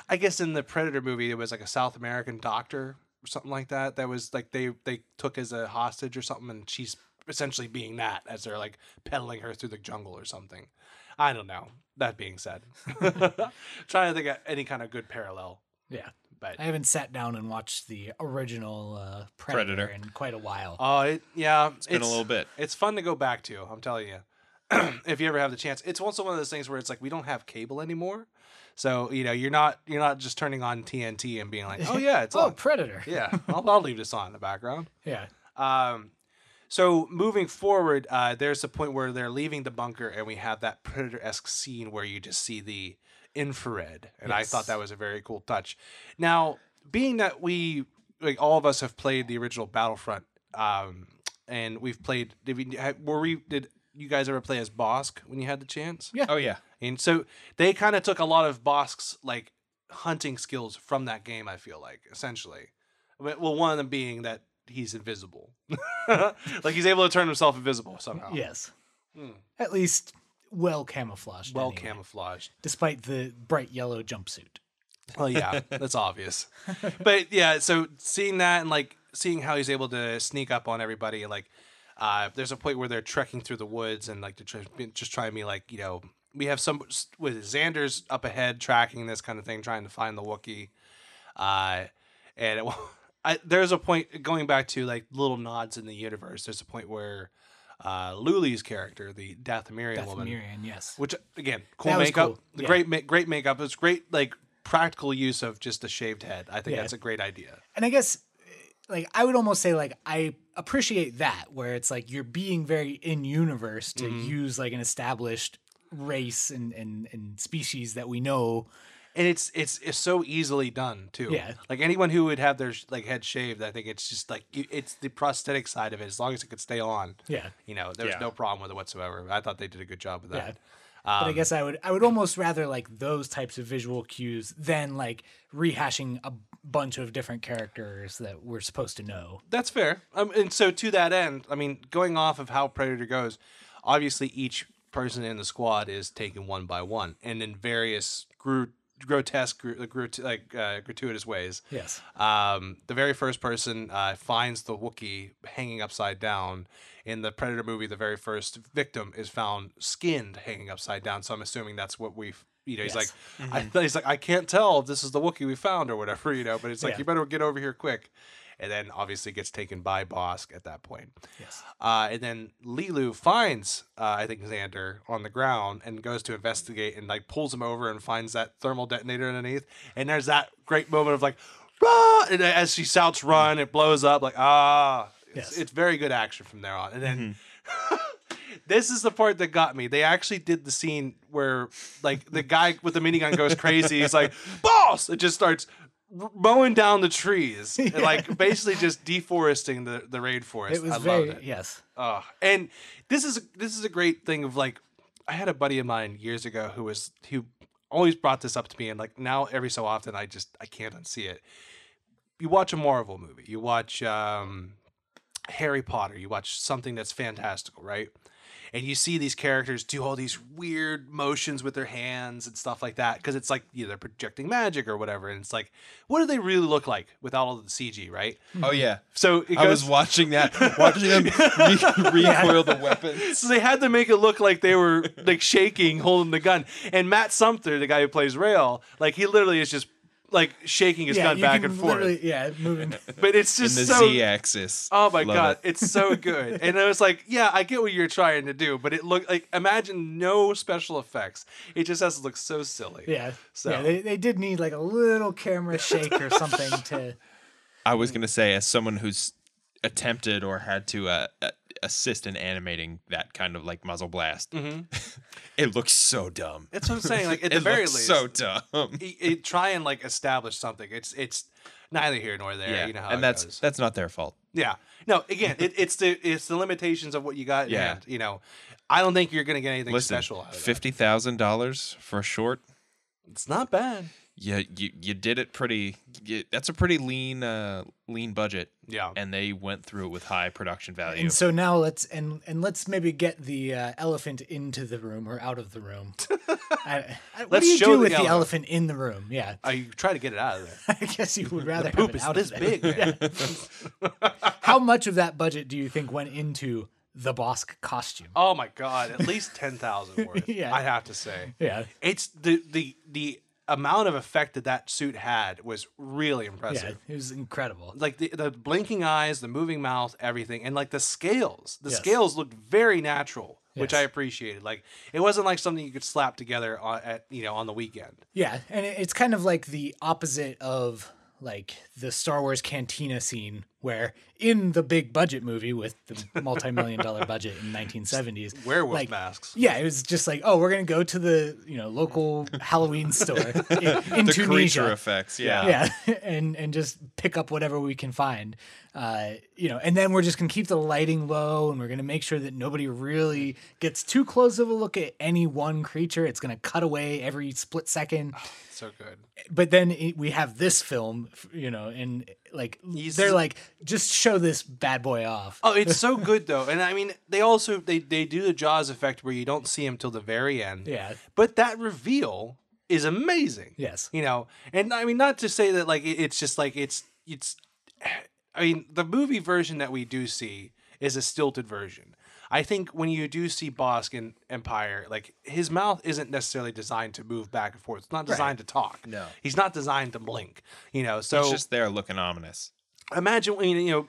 S1: I guess in the Predator movie it was like a South American doctor or something like that that was like they they took as a hostage or something and she's essentially being that as they're like peddling her through the jungle or something i don't know that being said trying to think of any kind of good parallel
S2: Yeah.
S1: but
S2: I haven't sat down and watched the original uh, Predator,
S3: Predator.
S2: in quite a while.
S1: oh it, yeah
S3: It's been a little bit.
S1: it's fun to go back to i'm telling you if you ever have the chance it's also one of those things where it's like we don't have cable anymore so you know you're not you're not just turning on tnt and being like oh yeah it's
S2: oh,
S1: on
S2: Predator. Yeah.
S1: yeah I'll, I'll leave this on in the background
S2: yeah.
S1: Um, so moving forward, uh, there's a point where they're leaving the bunker, and we have that predator-esque scene where you just see the infrared, and I thought
S2: Yes.
S1: that was a very cool touch. Now, being that we like all of us have played the original Battlefront, um, and we've played, did we, ha- were we did you guys ever play as Bosk when you had the chance?
S2: Yeah.
S3: Oh yeah.
S1: And so they kind of took a lot of Bosk's like hunting skills from that game. I feel like essentially, Well, well, one of them being that he's invisible, like he's able to turn himself invisible somehow.
S2: Yes.
S1: Hmm.
S2: At least well camouflaged.
S1: well
S2: anyway,
S1: camouflaged.
S2: Despite the bright yellow jumpsuit.
S1: Well, yeah, that's obvious. But yeah, so seeing that and like seeing how he's able to sneak up on everybody, like uh, there's a point where they're trekking through the woods and like to try, just trying to be like, you know, we have some with Xander's up ahead tracking this kind of thing, trying to find the Wookiee. Uh, and it, I, there's a point going back to like little nods in the universe. There's a point where uh, Luli's character, the Dathomirian
S2: Beth
S1: woman,
S2: Mirian, yes.
S1: which again, cool
S2: That was
S1: makeup,
S2: cool.
S1: the
S2: Yeah.
S1: great ma- great makeup. It's great like practical use of just the shaved head. I think
S2: Yeah.
S1: that's a great idea.
S2: and I guess like I would almost say like I appreciate that where it's like you're being very in universe to
S1: Mm-hmm.
S2: use like an established race and, and and species that we know.
S1: And it's it's it's so easily done too.
S2: Yeah.
S1: Like anyone who would have their sh- like head shaved, I think it's just like you, it's the prosthetic side of it. As long as it could stay on,
S2: Yeah.
S1: you know, there was
S3: Yeah.
S1: no problem with it whatsoever. I thought they did a good job with
S2: Yeah.
S1: that.
S2: But
S1: Um,
S2: I guess I would I would almost rather like those types of visual cues than like rehashing a bunch of different characters that we're supposed to know.
S1: That's fair. Um, and so to that end, I mean, going off of how Predator goes, obviously each person in the squad is taken one by one, and in various gru- grotesque, gru- grut- like uh, gratuitous ways.
S2: Yes.
S1: Um, the very first person uh, finds the Wookiee hanging upside down. In the Predator movie, the very first victim is found skinned, hanging upside down. So I'm assuming that's what we've. You know, he's
S2: Yes.
S1: like, I, he's like, I can't tell if this is the Wookiee we found or whatever. You know, but it's like
S2: Yeah.
S1: you better get over here quick. And then obviously gets taken by Bosk at that point.
S2: Yes.
S1: Uh, and then Lilu finds, uh, I think, Xander on the ground and goes to investigate and like pulls him over and finds that thermal detonator underneath. And there's that great moment of like, run! And as she shouts, run, it blows up. Like, ah, it's,
S2: Yes. Mm-hmm.
S1: it's very good action from there on. And then this is the part that got me. They actually did the scene where like the guy with the minigun goes crazy. He's like, "Boss!" It just starts r- mowing down the trees and like basically just deforesting the the raid forest.
S2: It was
S1: I
S2: very
S1: loved it.
S2: yes.
S1: Ugh. and this is this is a great thing of like I had a buddy of mine years ago who was who always brought this up to me and like now every so often I just I can't unsee it. You watch a Marvel movie, you watch um Harry Potter, you watch something that's fantastical, right? And you see these characters do all these weird motions with their hands and stuff like that because it's like you know, they're projecting magic or whatever, and it's like, what do they really look like without all the CG, right?
S3: Oh yeah.
S1: So it goes,
S3: I was watching that, watching them re- recoil the weapons.
S1: So they had to make it look like they were like shaking, holding the gun. And Matt Sumter, the guy who plays Rail, like he literally is just like shaking his gun
S2: you
S1: back
S2: can
S1: and forth.
S2: literally- Yeah, moving.
S1: But it's
S3: In
S1: just
S3: the
S1: so.
S3: Z-axis.
S1: Oh my
S3: Love
S1: god,
S3: it.
S1: it's so good. and I was like, yeah, I get what you're trying to do, but it looked like imagine no special effects. It just has to look so silly.
S2: Yeah.
S1: So-
S2: yeah, they, they did need like a little camera shake or something to
S3: I was gonna say, as someone who's attempted or had to uh, uh, assist in animating that kind of like muzzle blast, it looks so dumb.
S1: That's what I'm saying. Mm-hmm. Like at
S3: It
S1: the very
S3: looks
S1: least,
S3: so dumb.
S1: it, it- try and like establish something. It's it's neither here nor there. You know how it
S3: and that's
S1: goes.
S3: that's not their fault.
S1: Yeah. No, again, it, it's the it's the limitations of what you got in
S3: Yeah.
S1: hand. You know, I don't think you're gonna get anything
S3: Listen,
S1: special out of it.
S3: fifty thousand dollars for a short.
S1: It's not bad.
S3: you you, you did it pretty. You, that's a pretty lean uh, lean budget,
S1: Yeah.
S3: and they went through it with high production value.
S2: And so now let's and and let's maybe get the uh, elephant into the room or out of the room. I, I, what
S1: Let's
S2: do you
S1: show
S2: do
S1: the
S2: with the
S1: elephant.
S2: elephant in the room? Yeah,
S1: I try to get it out of there.
S2: I guess you would rather have
S1: Poop
S2: it
S1: is
S2: out
S1: this
S2: of there.
S1: big. man.
S2: How much of that budget do you think went into the Bosk costume?
S1: Oh my god, at least ten thousand worth.
S2: Yeah.
S1: I have to say,
S2: Yeah,
S1: it's the the the amount of effect that that suit had was really impressive.
S2: yeah, it was incredible.
S1: Like the, the blinking eyes, the moving mouth, everything, and like the scales. The
S2: Yes.
S1: scales looked very natural, which
S2: Yes.
S1: I appreciated. Like it wasn't like something you could slap together on, at you know on the weekend.
S2: Yeah, and it- it's kind of like the opposite of like the Star Wars cantina scene where in the big budget movie with the multi-million dollar budget in 1970s
S1: Werewolf
S2: like,
S1: masks.
S2: Yeah, it was just like, oh, we're gonna go to the you know local Halloween store in, in
S3: the creature
S2: Tunisia,
S3: effects, yeah.
S2: yeah, and and just pick up whatever we can find, uh, you know, and then we're just gonna keep the lighting low, and we're gonna make sure that nobody really gets too close of a look at any one creature. It's gonna cut away every split
S3: Ah,
S2: second,
S1: So good.
S2: but then it, we have this film, f- you know, and like
S1: He's-
S2: they're like, just show this bad boy off.
S1: Oh, it's so good though, and I mean they also they they do the Jaws effect where you don't see him till the very end.
S2: Yeah.
S1: but that reveal is amazing.
S2: Yes.
S1: you know, and I mean not to say that like it- it's just like it's it's. I mean the movie version that we do see is a stilted version. I think when you do see Bosk in Empire, like his mouth isn't necessarily designed to move back and forth. It's not designed to talk.
S3: No.
S1: he's not designed to blink. You know, so
S3: It's just there looking ominous.
S1: imagine when you know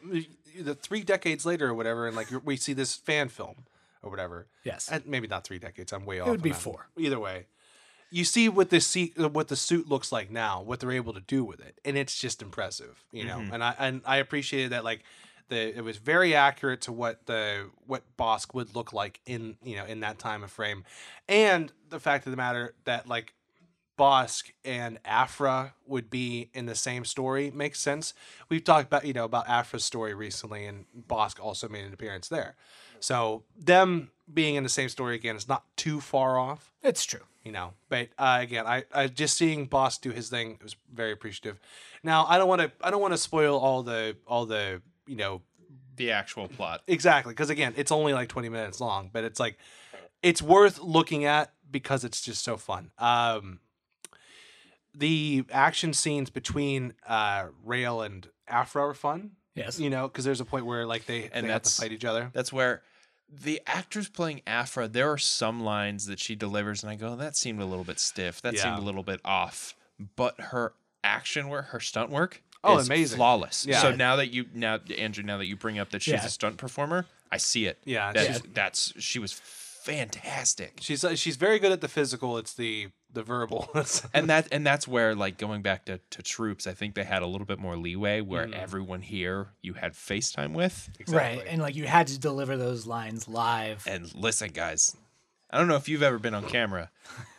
S1: the three decades later or whatever, and like you're- we see this fan film or whatever.
S2: Yes.
S1: And maybe not three decades. I'm way off.
S2: would
S1: on
S2: be
S1: that.
S2: four.
S1: Either way, you see what the seat, what the suit looks like now, what they're able to do with it, and it's just impressive, you know.
S2: Mm-hmm.
S1: And I and I appreciated that like the it was very accurate to what the what Bosk would look like in you know in that time of frame, and the fact of the matter that like Bosk and Afra would be in the same story makes sense. We've talked about you know about Afra's story recently, and Bosk also made an appearance there. So them being in the same story again is not too far off,
S2: It's true.
S1: you know. But uh, again, I, I just seeing Bosk do his thing was very appreciative. Now I don't want to I don't want to spoil all the all the you know
S3: The actual plot.
S1: exactly because again it's only like 20 minutes long but it's like it's worth looking at because it's just so fun um the action scenes between uh rail and afro are fun
S2: Yes.
S1: you know because there's a point where like they, they
S3: And
S1: have to
S3: that's-
S1: fight each other
S3: That's where the actress playing Afra, there are some lines that she delivers, and I go, that seemed a little bit stiff. That
S1: Yeah.
S3: seemed a little bit off. But her action work, her stunt work,
S1: Oh,
S3: is
S1: amazing.
S3: flawless.
S1: Yeah.
S3: So now that you, now Andrew, now that you bring up that she's
S2: Yeah.
S3: a stunt performer, I see it.
S1: Yeah,
S3: That-
S1: she's-
S3: that's she was fantastic.
S1: she's uh, she's very good at the physical it's the the verbal
S3: and that and that's where like going back to, to troops i think they had a little bit more leeway where
S1: Mm-hmm.
S3: everyone here you had facetime with
S2: Right. And like you had to deliver those lines live.
S3: and listen guys i don't know if you've ever been on camera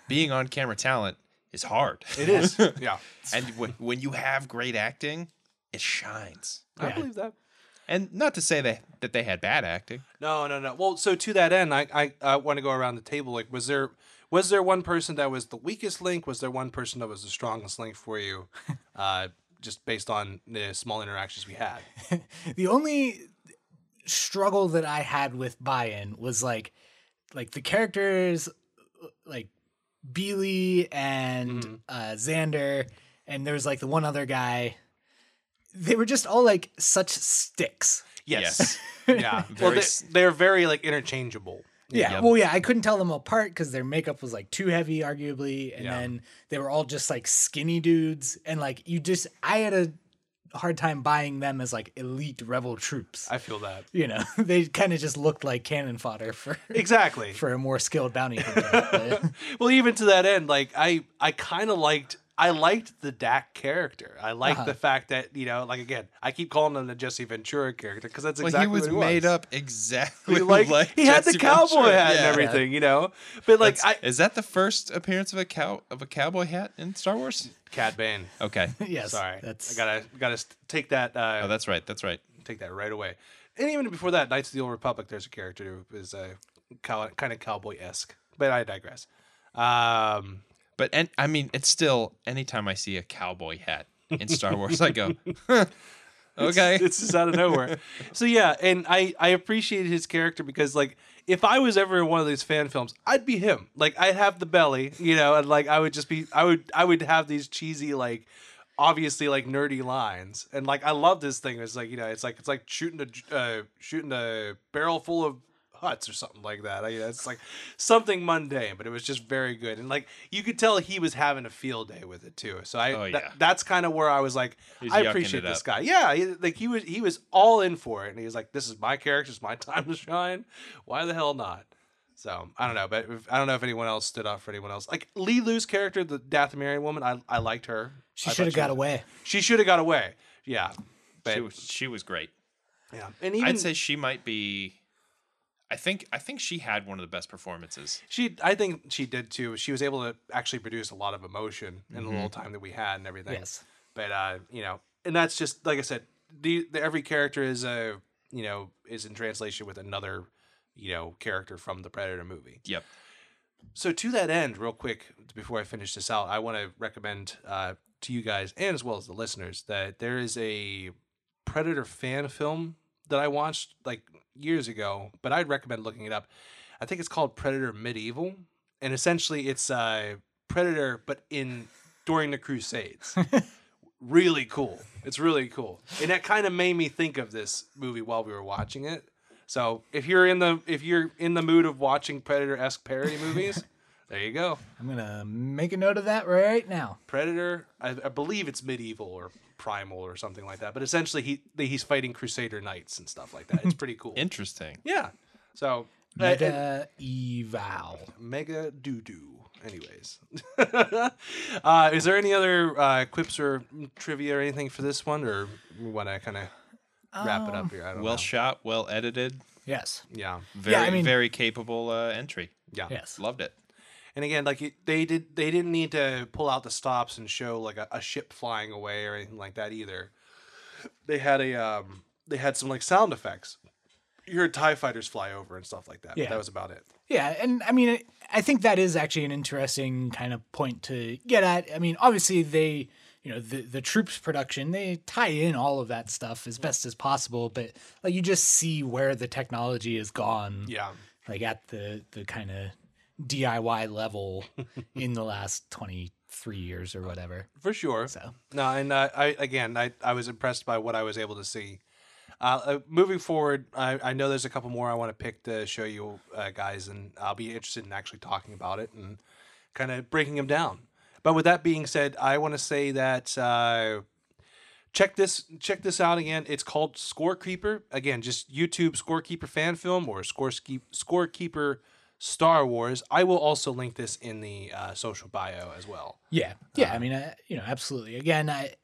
S3: being on camera talent is hard
S1: it is yeah
S3: and when, when you have great acting it shines
S1: i
S2: Yeah.
S1: believe that
S3: and not to say that that they had bad acting
S1: No, no, no. Well, so to that end, I I, I want to go around the table. Like, was there was there one person that was the weakest link? Was there one person that was the strongest link for you? Uh, just based on the small interactions we had. Eh.
S2: The only struggle that I had with buy-in was like like the characters uh, like Beely and
S1: Mm-hmm.
S2: uh Xander and there was like the one other guy. They were just all like such sticks.
S3: yes
S1: yeah. well,
S3: Very
S1: they,
S3: s-
S1: they're very like interchangeable.
S2: Yeah.
S3: Yeah.
S2: Well, yeah, I couldn't tell them apart because their makeup was like too heavy, arguably. And
S1: Yeah.
S2: then they were all just like skinny dudes. And like, you just, I had a hard time buying them as like elite rebel troops.
S1: I feel that
S2: you know, they kind of just looked like cannon fodder for.
S1: exactly.
S2: For a more skilled bounty hunter,
S1: well, even to that end, like I, I kind of liked, I liked the Dak character. I liked
S3: Uh-huh.
S1: the fact that you know, like again, I keep calling him the Jesse Ventura character because that's
S3: well,
S1: exactly
S3: he was
S1: what he
S3: made
S1: was.
S3: up exactly
S1: He, like, he had the
S3: Jesse
S1: cowboy
S3: Ventura.
S1: hat
S3: Yeah.
S1: and everything, you know. But like, I,
S3: is that the first appearance of a cow of a cowboy hat in Star Wars?
S1: Cad Bane. Oh,
S3: Okay.
S2: yes,
S1: Sorry,
S2: that's
S1: I gotta gotta st- take that uh,
S3: Oh, that's right. That's right.
S1: take that right away. And even before that, Knights of the Old Republic. There's a character who is uh, cow- kind of cowboy esque, but I digress. Um,
S3: But and I mean, it's still anytime I see a cowboy hat in Star Wars, I go, huh, okay,
S1: It's just out of nowhere. so yeah, and I I appreciated his character because like if I was ever in one of these fan films, I'd be him. Like I'd have the belly, you know, and like I would just be I would I would have these cheesy like obviously like nerdy lines and like I love this thing. It's like you know it's like it's like shooting a uh, shooting a barrel full of huts or something like that. I, it's like something mundane, but it was just very good and like you could tell he was having a field day with it too. So I
S3: Oh,
S1: tha-
S3: yeah.
S1: that's kind of where I was like
S3: He's
S1: I
S3: yucking
S1: appreciate
S3: it
S1: this
S3: up.
S1: guy. Yeah, he, like he was he was all in for it, and he was like, "This is my character. It's my time to shine. Why the hell not?" So I don't know, but if, I don't know if anyone else stood up for anyone else. Like Lee Lu's character, the Dathomirian woman, I I liked her.
S2: She
S1: I
S2: should
S1: thought
S2: have got
S1: was-
S2: away.
S1: She should have got away. Yeah, but
S3: she was she was great.
S1: yeah, and even
S3: I'd say she might be. I think I think she had one of the best performances.
S1: she, I think she did too. She was able to actually produce a lot of emotion in
S3: Mm-hmm.
S1: the little time that we had and everything.
S2: Yes.
S1: but uh, you know, and that's just like I said. The, the every character is a you know is in translation with another you know character from the Predator movie.
S3: Yep.
S1: So to that end, real quick before I finish this out, I want to recommend uh, to you guys and as well as the listeners that there is a Predator fan film that I watched like years ago, but I'd recommend looking it up. I think it's called Predator Medieval, and essentially it's uh, Predator but in during the Crusades. really cool. It's really cool, and that kind of made me think of this movie while we were watching it. So if you're in the if you're in the mood of watching Predator esque parody movies, there you go.
S2: I'm gonna make a note of that right now.
S1: Predator, I, I believe it's medieval or primal or something like that. But essentially, he he's fighting Crusader knights and stuff like that. It's pretty cool.
S3: Interesting.
S1: yeah. So uh, and-
S2: Mega eval.
S1: mega doo doo. Anyways, uh, is there any other uh, quips or trivia or anything for this one, or we want to kind of wrap it up here? I don't
S3: Well
S1: know.
S3: shot, well edited,
S2: Yes.
S1: yeah,
S3: very
S2: I mean-
S3: very capable uh, entry.
S1: yeah,
S2: Yes.
S3: Loved it.
S1: And again, like it- they did, they didn't need to pull out the stops and show like a, a ship flying away or anything like that either. They had a, um, they had some like sound effects. You heard Tie fighters fly over and stuff like that. But
S2: Yeah.
S1: that was about it.
S2: Yeah, and I mean, I think that is actually an interesting kind of point to get at. I mean, obviously they, you know, the the troops production they tie in all of that stuff as best as possible, but like you just see where the technology has gone,
S1: Yeah,
S2: like at the the kind of DIY level in the last twenty three years or whatever.
S1: for sure.
S2: So
S1: No, and uh, I again, I, I was impressed by what I was able to see. Uh, uh, moving forward, I, I know there's a couple more I want to pick to show you uh, guys, and I'll be interested in actually talking about it and kind of breaking them down. But with that being said, I want to say that uh, check this check this out again. It's called Scorekeeper. Again, just YouTube Scorekeeper fan film or Scorekeep, Scorekeeper Star Wars. I will also link this in the uh, social bio as well.
S2: Yeah, yeah.
S1: Um,
S2: I mean, I, you know, absolutely. Again, I,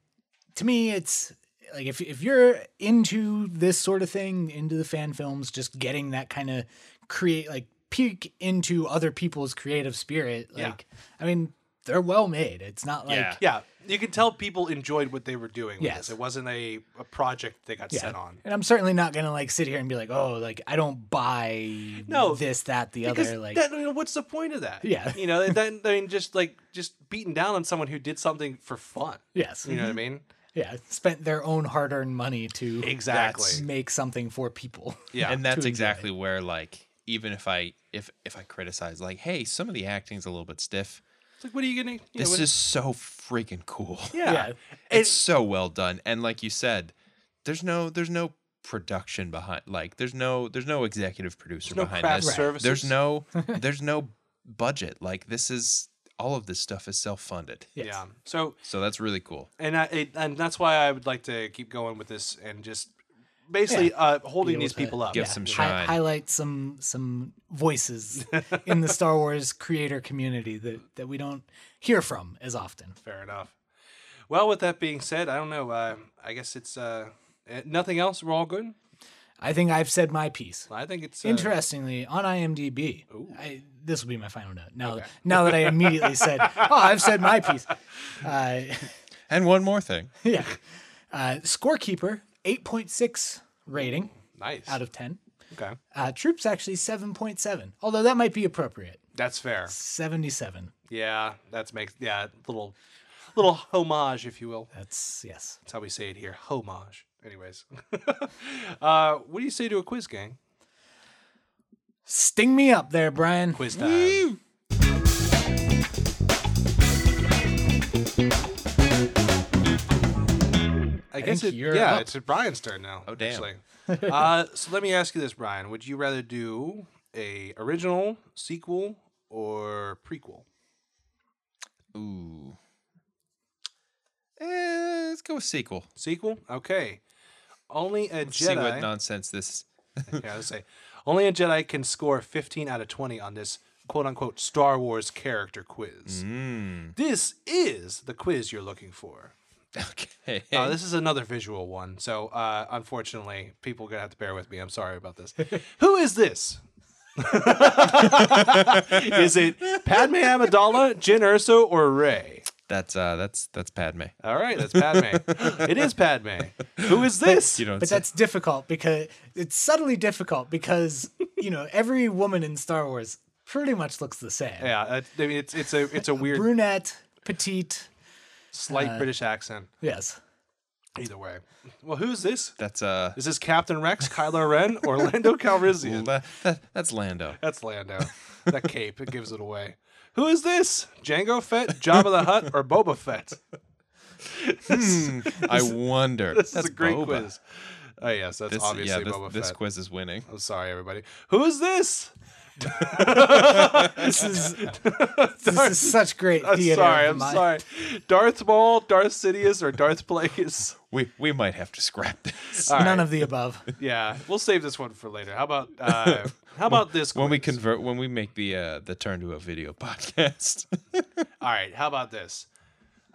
S2: to me, it's like if if you're into this sort of thing, into the fan films, just getting that kind of create like peek into other people's creative spirit.
S1: Yeah.
S2: Like, I mean, they're well made. It's not like
S3: Yeah.
S1: Yeah, you can tell people enjoyed what they were doing. With
S2: Yes.
S1: this. it wasn't a, a project they got set on.
S2: And I'm certainly not gonna like sit here and be like, oh, like I don't buy
S1: No,
S2: this, that, the
S1: Because
S2: other. Like,
S1: that, you know, what's the point of that?
S2: Yeah.
S1: you know, that, I mean, just like just beating down on someone who did something for fun.
S2: yes,
S1: You know what I mean?
S2: yeah, spent their own hard-earned money to
S1: Exactly.
S2: make something for people.
S1: Yeah,
S3: and that's
S2: enjoy.
S3: exactly where like even if I if if I criticize like hey some of the acting's a little bit stiff
S1: it's like, what are you gonna? You know,
S3: this
S1: what-
S3: is so freaking cool
S1: yeah.
S2: Yeah.
S3: it's so well done and like you said there's no there's no production behind like there's no there's no executive producer
S1: no
S3: behind
S1: craft
S3: this
S1: services.
S3: there's no there's no budget like this is all of this stuff is self-funded
S2: Yes.
S1: Yeah, so
S3: so that's really cool
S1: and I it, and that's why I would like to keep going with this and just basically uh, holding
S2: able
S1: these
S2: to-
S1: people up.
S3: Give some
S2: hi-
S3: shine.
S2: highlight some some voices in the Star Wars creator community that that we don't hear from as often.
S1: Fair enough. Well, with that being said, I don't know. Uh, I guess it's uh, eh, nothing else. We're all good.
S2: I think I've said my piece.
S1: I think it's uh,
S2: Interestingly, on IMDb, I, this will be my final note. Now, now that I immediately said, "Oh, I've said my piece," uh,
S3: and one more thing
S2: yeah. Uh, scorekeeper eight point six rating
S1: Nice.
S2: out of ten.
S1: okay.
S2: Uh, troops actually seven point seven, although that might be appropriate.
S1: That's fair.
S2: Seventy seven.
S1: Yeah, that's makes yeah little little homage, if you will.
S2: That's yes.
S1: That's how we say it here. Homage. Anyways, uh, what do you say to a quiz, gang?
S2: Sting me up there, Brian.
S1: Quiz time. I guess
S2: think
S1: it,
S2: you're
S1: yeah,
S2: up.
S1: it's Brian's turn now.
S3: Oh, damn.
S1: actually. uh, so let me ask you this, Brian: Would you rather do a original sequel or prequel?
S3: Ooh. Eh, let's go with sequel.
S1: Sequel, okay. Only a
S3: Let's See what
S1: Jedi.
S3: nonsense this.
S1: yeah, let's say only a Jedi can score 15 out of 20 on this quote unquote Star Wars character quiz.
S3: Mm.
S1: This is the quiz you're looking for.
S3: Okay.
S1: Uh, this is another visual one, so uh, unfortunately, people are gonna have to bear with me. I'm sorry about this. Who is this? is it Padme Amidala, Jin Urso, or Rey?
S3: that's uh, that's that's Padme.
S1: All right, that's Padme. it is Padme. Who is this?
S3: You don't.
S2: But
S3: say.
S2: that's difficult because it's subtly difficult because you know every woman in Star Wars pretty much looks the same.
S1: yeah, uh, I mean, it's it's a it's a weird,
S2: Brunette, petite.
S1: slight British accent.
S2: Yes.
S1: Either way, well, who's this?
S3: that's uh.
S1: Is this Captain Rex, Kylo Ren, or Lando Calrissian?
S3: La- that- that's Lando.
S1: That's Lando. That cape, it gives it away. Who is this? Django Fett, Jabba the Hutt, or Boba Fett?
S3: Hmm, I wonder.
S1: This
S3: that's
S1: is a great
S3: Boba.
S1: quiz. Oh yes, that's
S3: This,
S1: obviously
S3: yeah, this,
S1: Boba
S3: this
S1: Fett.
S3: quiz is winning.
S1: I'm sorry, everybody. Who is this?
S2: This is this is such great
S1: I'm
S2: theater.
S1: sorry.
S2: of
S1: I'm
S2: the mind.
S1: sorry. Darth Maul, Darth Sidious, or Darth Plagueis?
S3: We we might have to scrap this
S1: All
S2: None
S1: right.
S2: of the above.
S1: Yeah, we'll save this one for later. How about uh, how about this?
S3: when we
S1: quiz?
S3: convert when we make the uh, the turn to a video podcast.
S1: All right, how about this?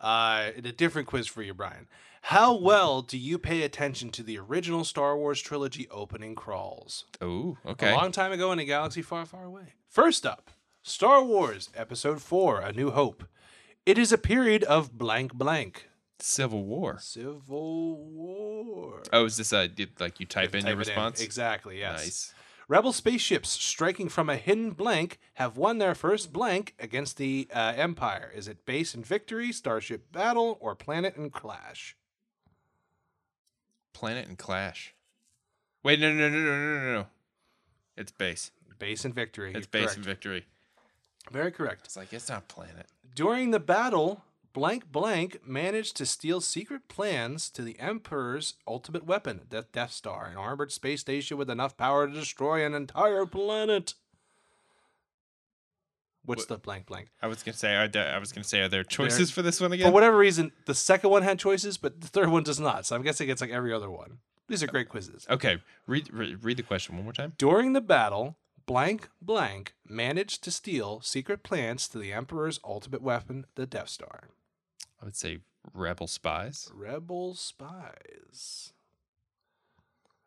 S1: Uh, and a different quiz for you, Brian. How well do you pay attention to the original Star Wars trilogy opening crawls?
S3: oh, okay.
S1: A long time ago in a galaxy far, far away. First up, Star Wars Episode 4 A New Hope. It is a period of blank blank.
S3: Civil War.
S1: Civil War.
S3: Oh, is this uh, did, like you type in
S1: Type it
S3: your response?
S1: Exactly, yes.
S3: Nice.
S1: Rebel spaceships striking from a hidden blank have won their first blank against the uh, Empire. Is it base and victory, starship battle, or planet and clash?
S3: Planet and Clash. Wait, no, no, no, no, no, no, no. It's base.
S1: Base and victory. You're
S3: It's base
S1: correct.
S3: and victory.
S1: Very correct.
S3: It's like it's not planet.
S1: During the battle, blank blank managed to steal secret plans to the Emperor's ultimate weapon, the Death Star, an armored space station with enough power to destroy an entire planet. What's
S3: Wh-
S1: the blank blank?
S3: I was gonna say. Are there, I was gonna say. Are there choices for this one
S1: For
S3: again?
S1: whatever reason, the second one had choices, but the third one does not. So I'm guessing it's like every other one. These are great quizzes.
S3: Okay. Read, read read the question one more time.
S1: During the battle, blank blank managed to steal secret plans to the Emperor's ultimate weapon, the Death Star.
S3: I would say rebel spies.
S1: Rebel spies.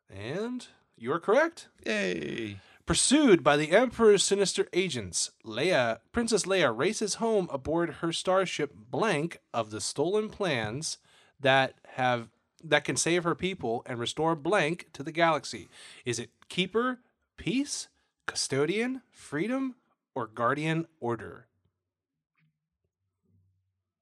S1: And you're correct.
S3: Yay!
S1: Pursued by the Emperor's sinister agents, Leia, Princess Leia races home aboard her starship blank of the stolen plans that have that can save her people and restore blank to the galaxy. Is it keeper, peace, custodian, freedom, or guardian order?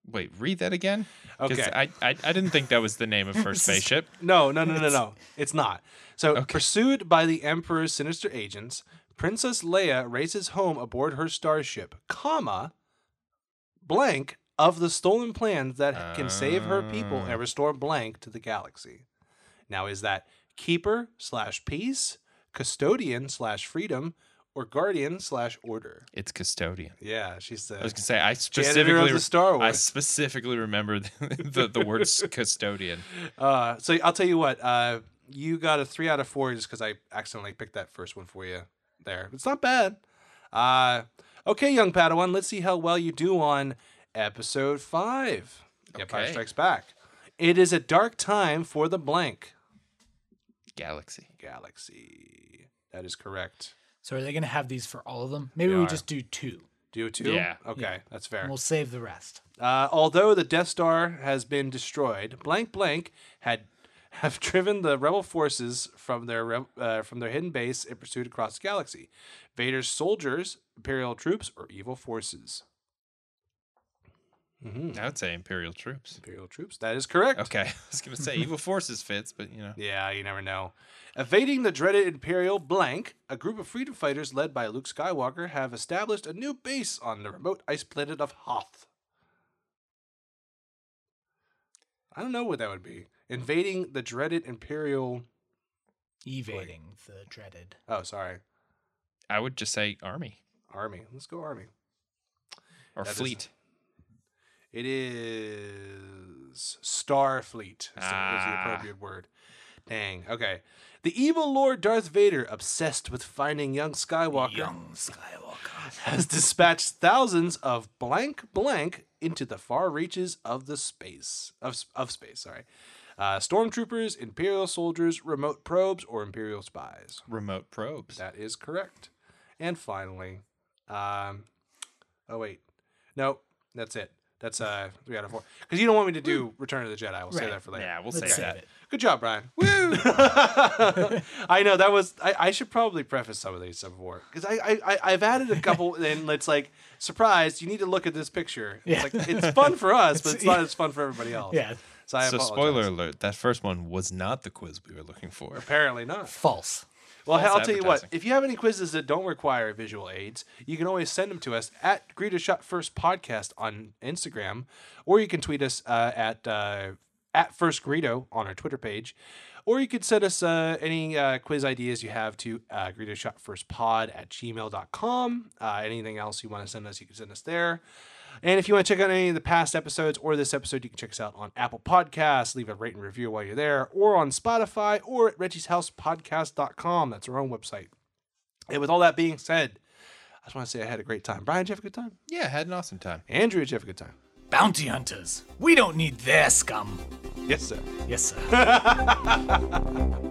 S3: Wait, read that again. 'Cause
S1: Okay.
S3: I, I I didn't think that was the name of first spaceship.
S1: No, no, no, no, no. It's not. So,
S3: Okay.
S1: pursued by the Emperor's sinister agents, Princess Leia races home aboard her starship, comma, blank of the stolen plans that can save her people
S3: Uh.
S1: and restore blank to the galaxy. Now, is that keeper slash peace, custodian slash freedom, or guardian slash order?
S3: It's custodian.
S1: Yeah, she's
S3: I was
S1: the
S3: gonna say I
S1: janitor
S3: specifically
S1: of the Star
S3: I
S1: Wars.
S3: specifically remember the the, the word s- custodian.
S1: Uh, so I'll tell you what. Uh, you got a three out of four just because I accidentally picked that first one for you. There, it's not bad. Uh, okay, young Padawan, let's see how well you do on episode five. Empire
S3: Okay.
S1: Strikes Back. It is a dark time for the blank
S3: Galaxy.
S1: galaxy. That is correct.
S2: So are they going to have these for all of them? Maybe
S1: They
S2: we
S1: are.
S2: just do two.
S1: Do you too?
S3: Yeah.
S1: Okay, that's fair.
S2: And we'll save the rest.
S1: Uh, although the Death Star has been destroyed, blank blank had have driven the rebel forces from their re- uh, from their hidden base and pursued across the galaxy. Vader's soldiers, Imperial troops, or evil forces. hmm
S3: I would say Imperial troops.
S1: Imperial troops. That is correct.
S3: Okay, I was gonna say evil forces fits, but you know,
S1: Yeah, you never know. Evading the dreaded Imperial blank, a group of freedom fighters led by Luke Skywalker have established a new base on the remote ice planet of Hoth. I don't know what that would be. Invading the dreaded Imperial.
S2: Evading the dreaded.
S1: Oh, sorry.
S3: I would just say army
S1: Army. Let's go, Army.
S3: or
S1: That is-
S3: fleet.
S1: It is Starfleet is, the- is the
S3: Ah.
S1: appropriate word. Dang. Okay. The evil Lord Darth Vader, obsessed with finding young Skywalker,
S2: Young Skywalker.
S1: has dispatched thousands of blank blank into the far reaches of the space of of space. Sorry. Uh, stormtroopers, imperial soldiers, remote probes, or imperial spies.
S3: Remote probes.
S1: That is correct. And finally, um, oh wait, no, that's it. That's uh, three out of four. Because you don't want me to do Return of the Jedi. We'll save
S2: Right.
S1: that for later.
S3: Yeah, we'll
S2: Let's
S3: say
S2: save
S3: that.
S2: it.
S1: Good job, Brian. Woo! I know that was. I, I should probably preface some of these before because I, I I- I've added a couple, and it's like surprised. You need to look at this picture. It's
S2: Yeah.
S1: like it's fun for us, but it's not as fun for everybody else.
S2: Yeah.
S1: So, I
S3: So,
S1: apologize.
S3: spoiler alert: that first one was not the quiz we were looking for.
S1: Apparently not.
S2: False.
S1: Well,
S3: False
S1: I'll tell you what.
S3: advertising.
S1: If you have any quizzes that don't require visual aids, you can always send them to us at Greeter Shot First Podcast on Instagram, or you can tweet us uh, at uh, at First Greedo on our Twitter page, or you could send us uh, any uh, quiz ideas you have to uh, Greedo Shot First Pod at gmail.com. Uh, anything else you want to send us, you can send us there. And if you want to check out any of the past episodes or this episode, you can check us out on Apple Podcasts, leave a rate and review while you're there, or on Spotify or at Reggie's House Podcast.com. That's our own website. And with all that being said, I just want to say I had a great time. Brian, did you have a good time?
S3: Yeah, I had an awesome time.
S1: Andrew, did you have a good time?
S2: Bounty hunters. We don't need their scum.
S1: Yes, sir.
S2: Yes, sir.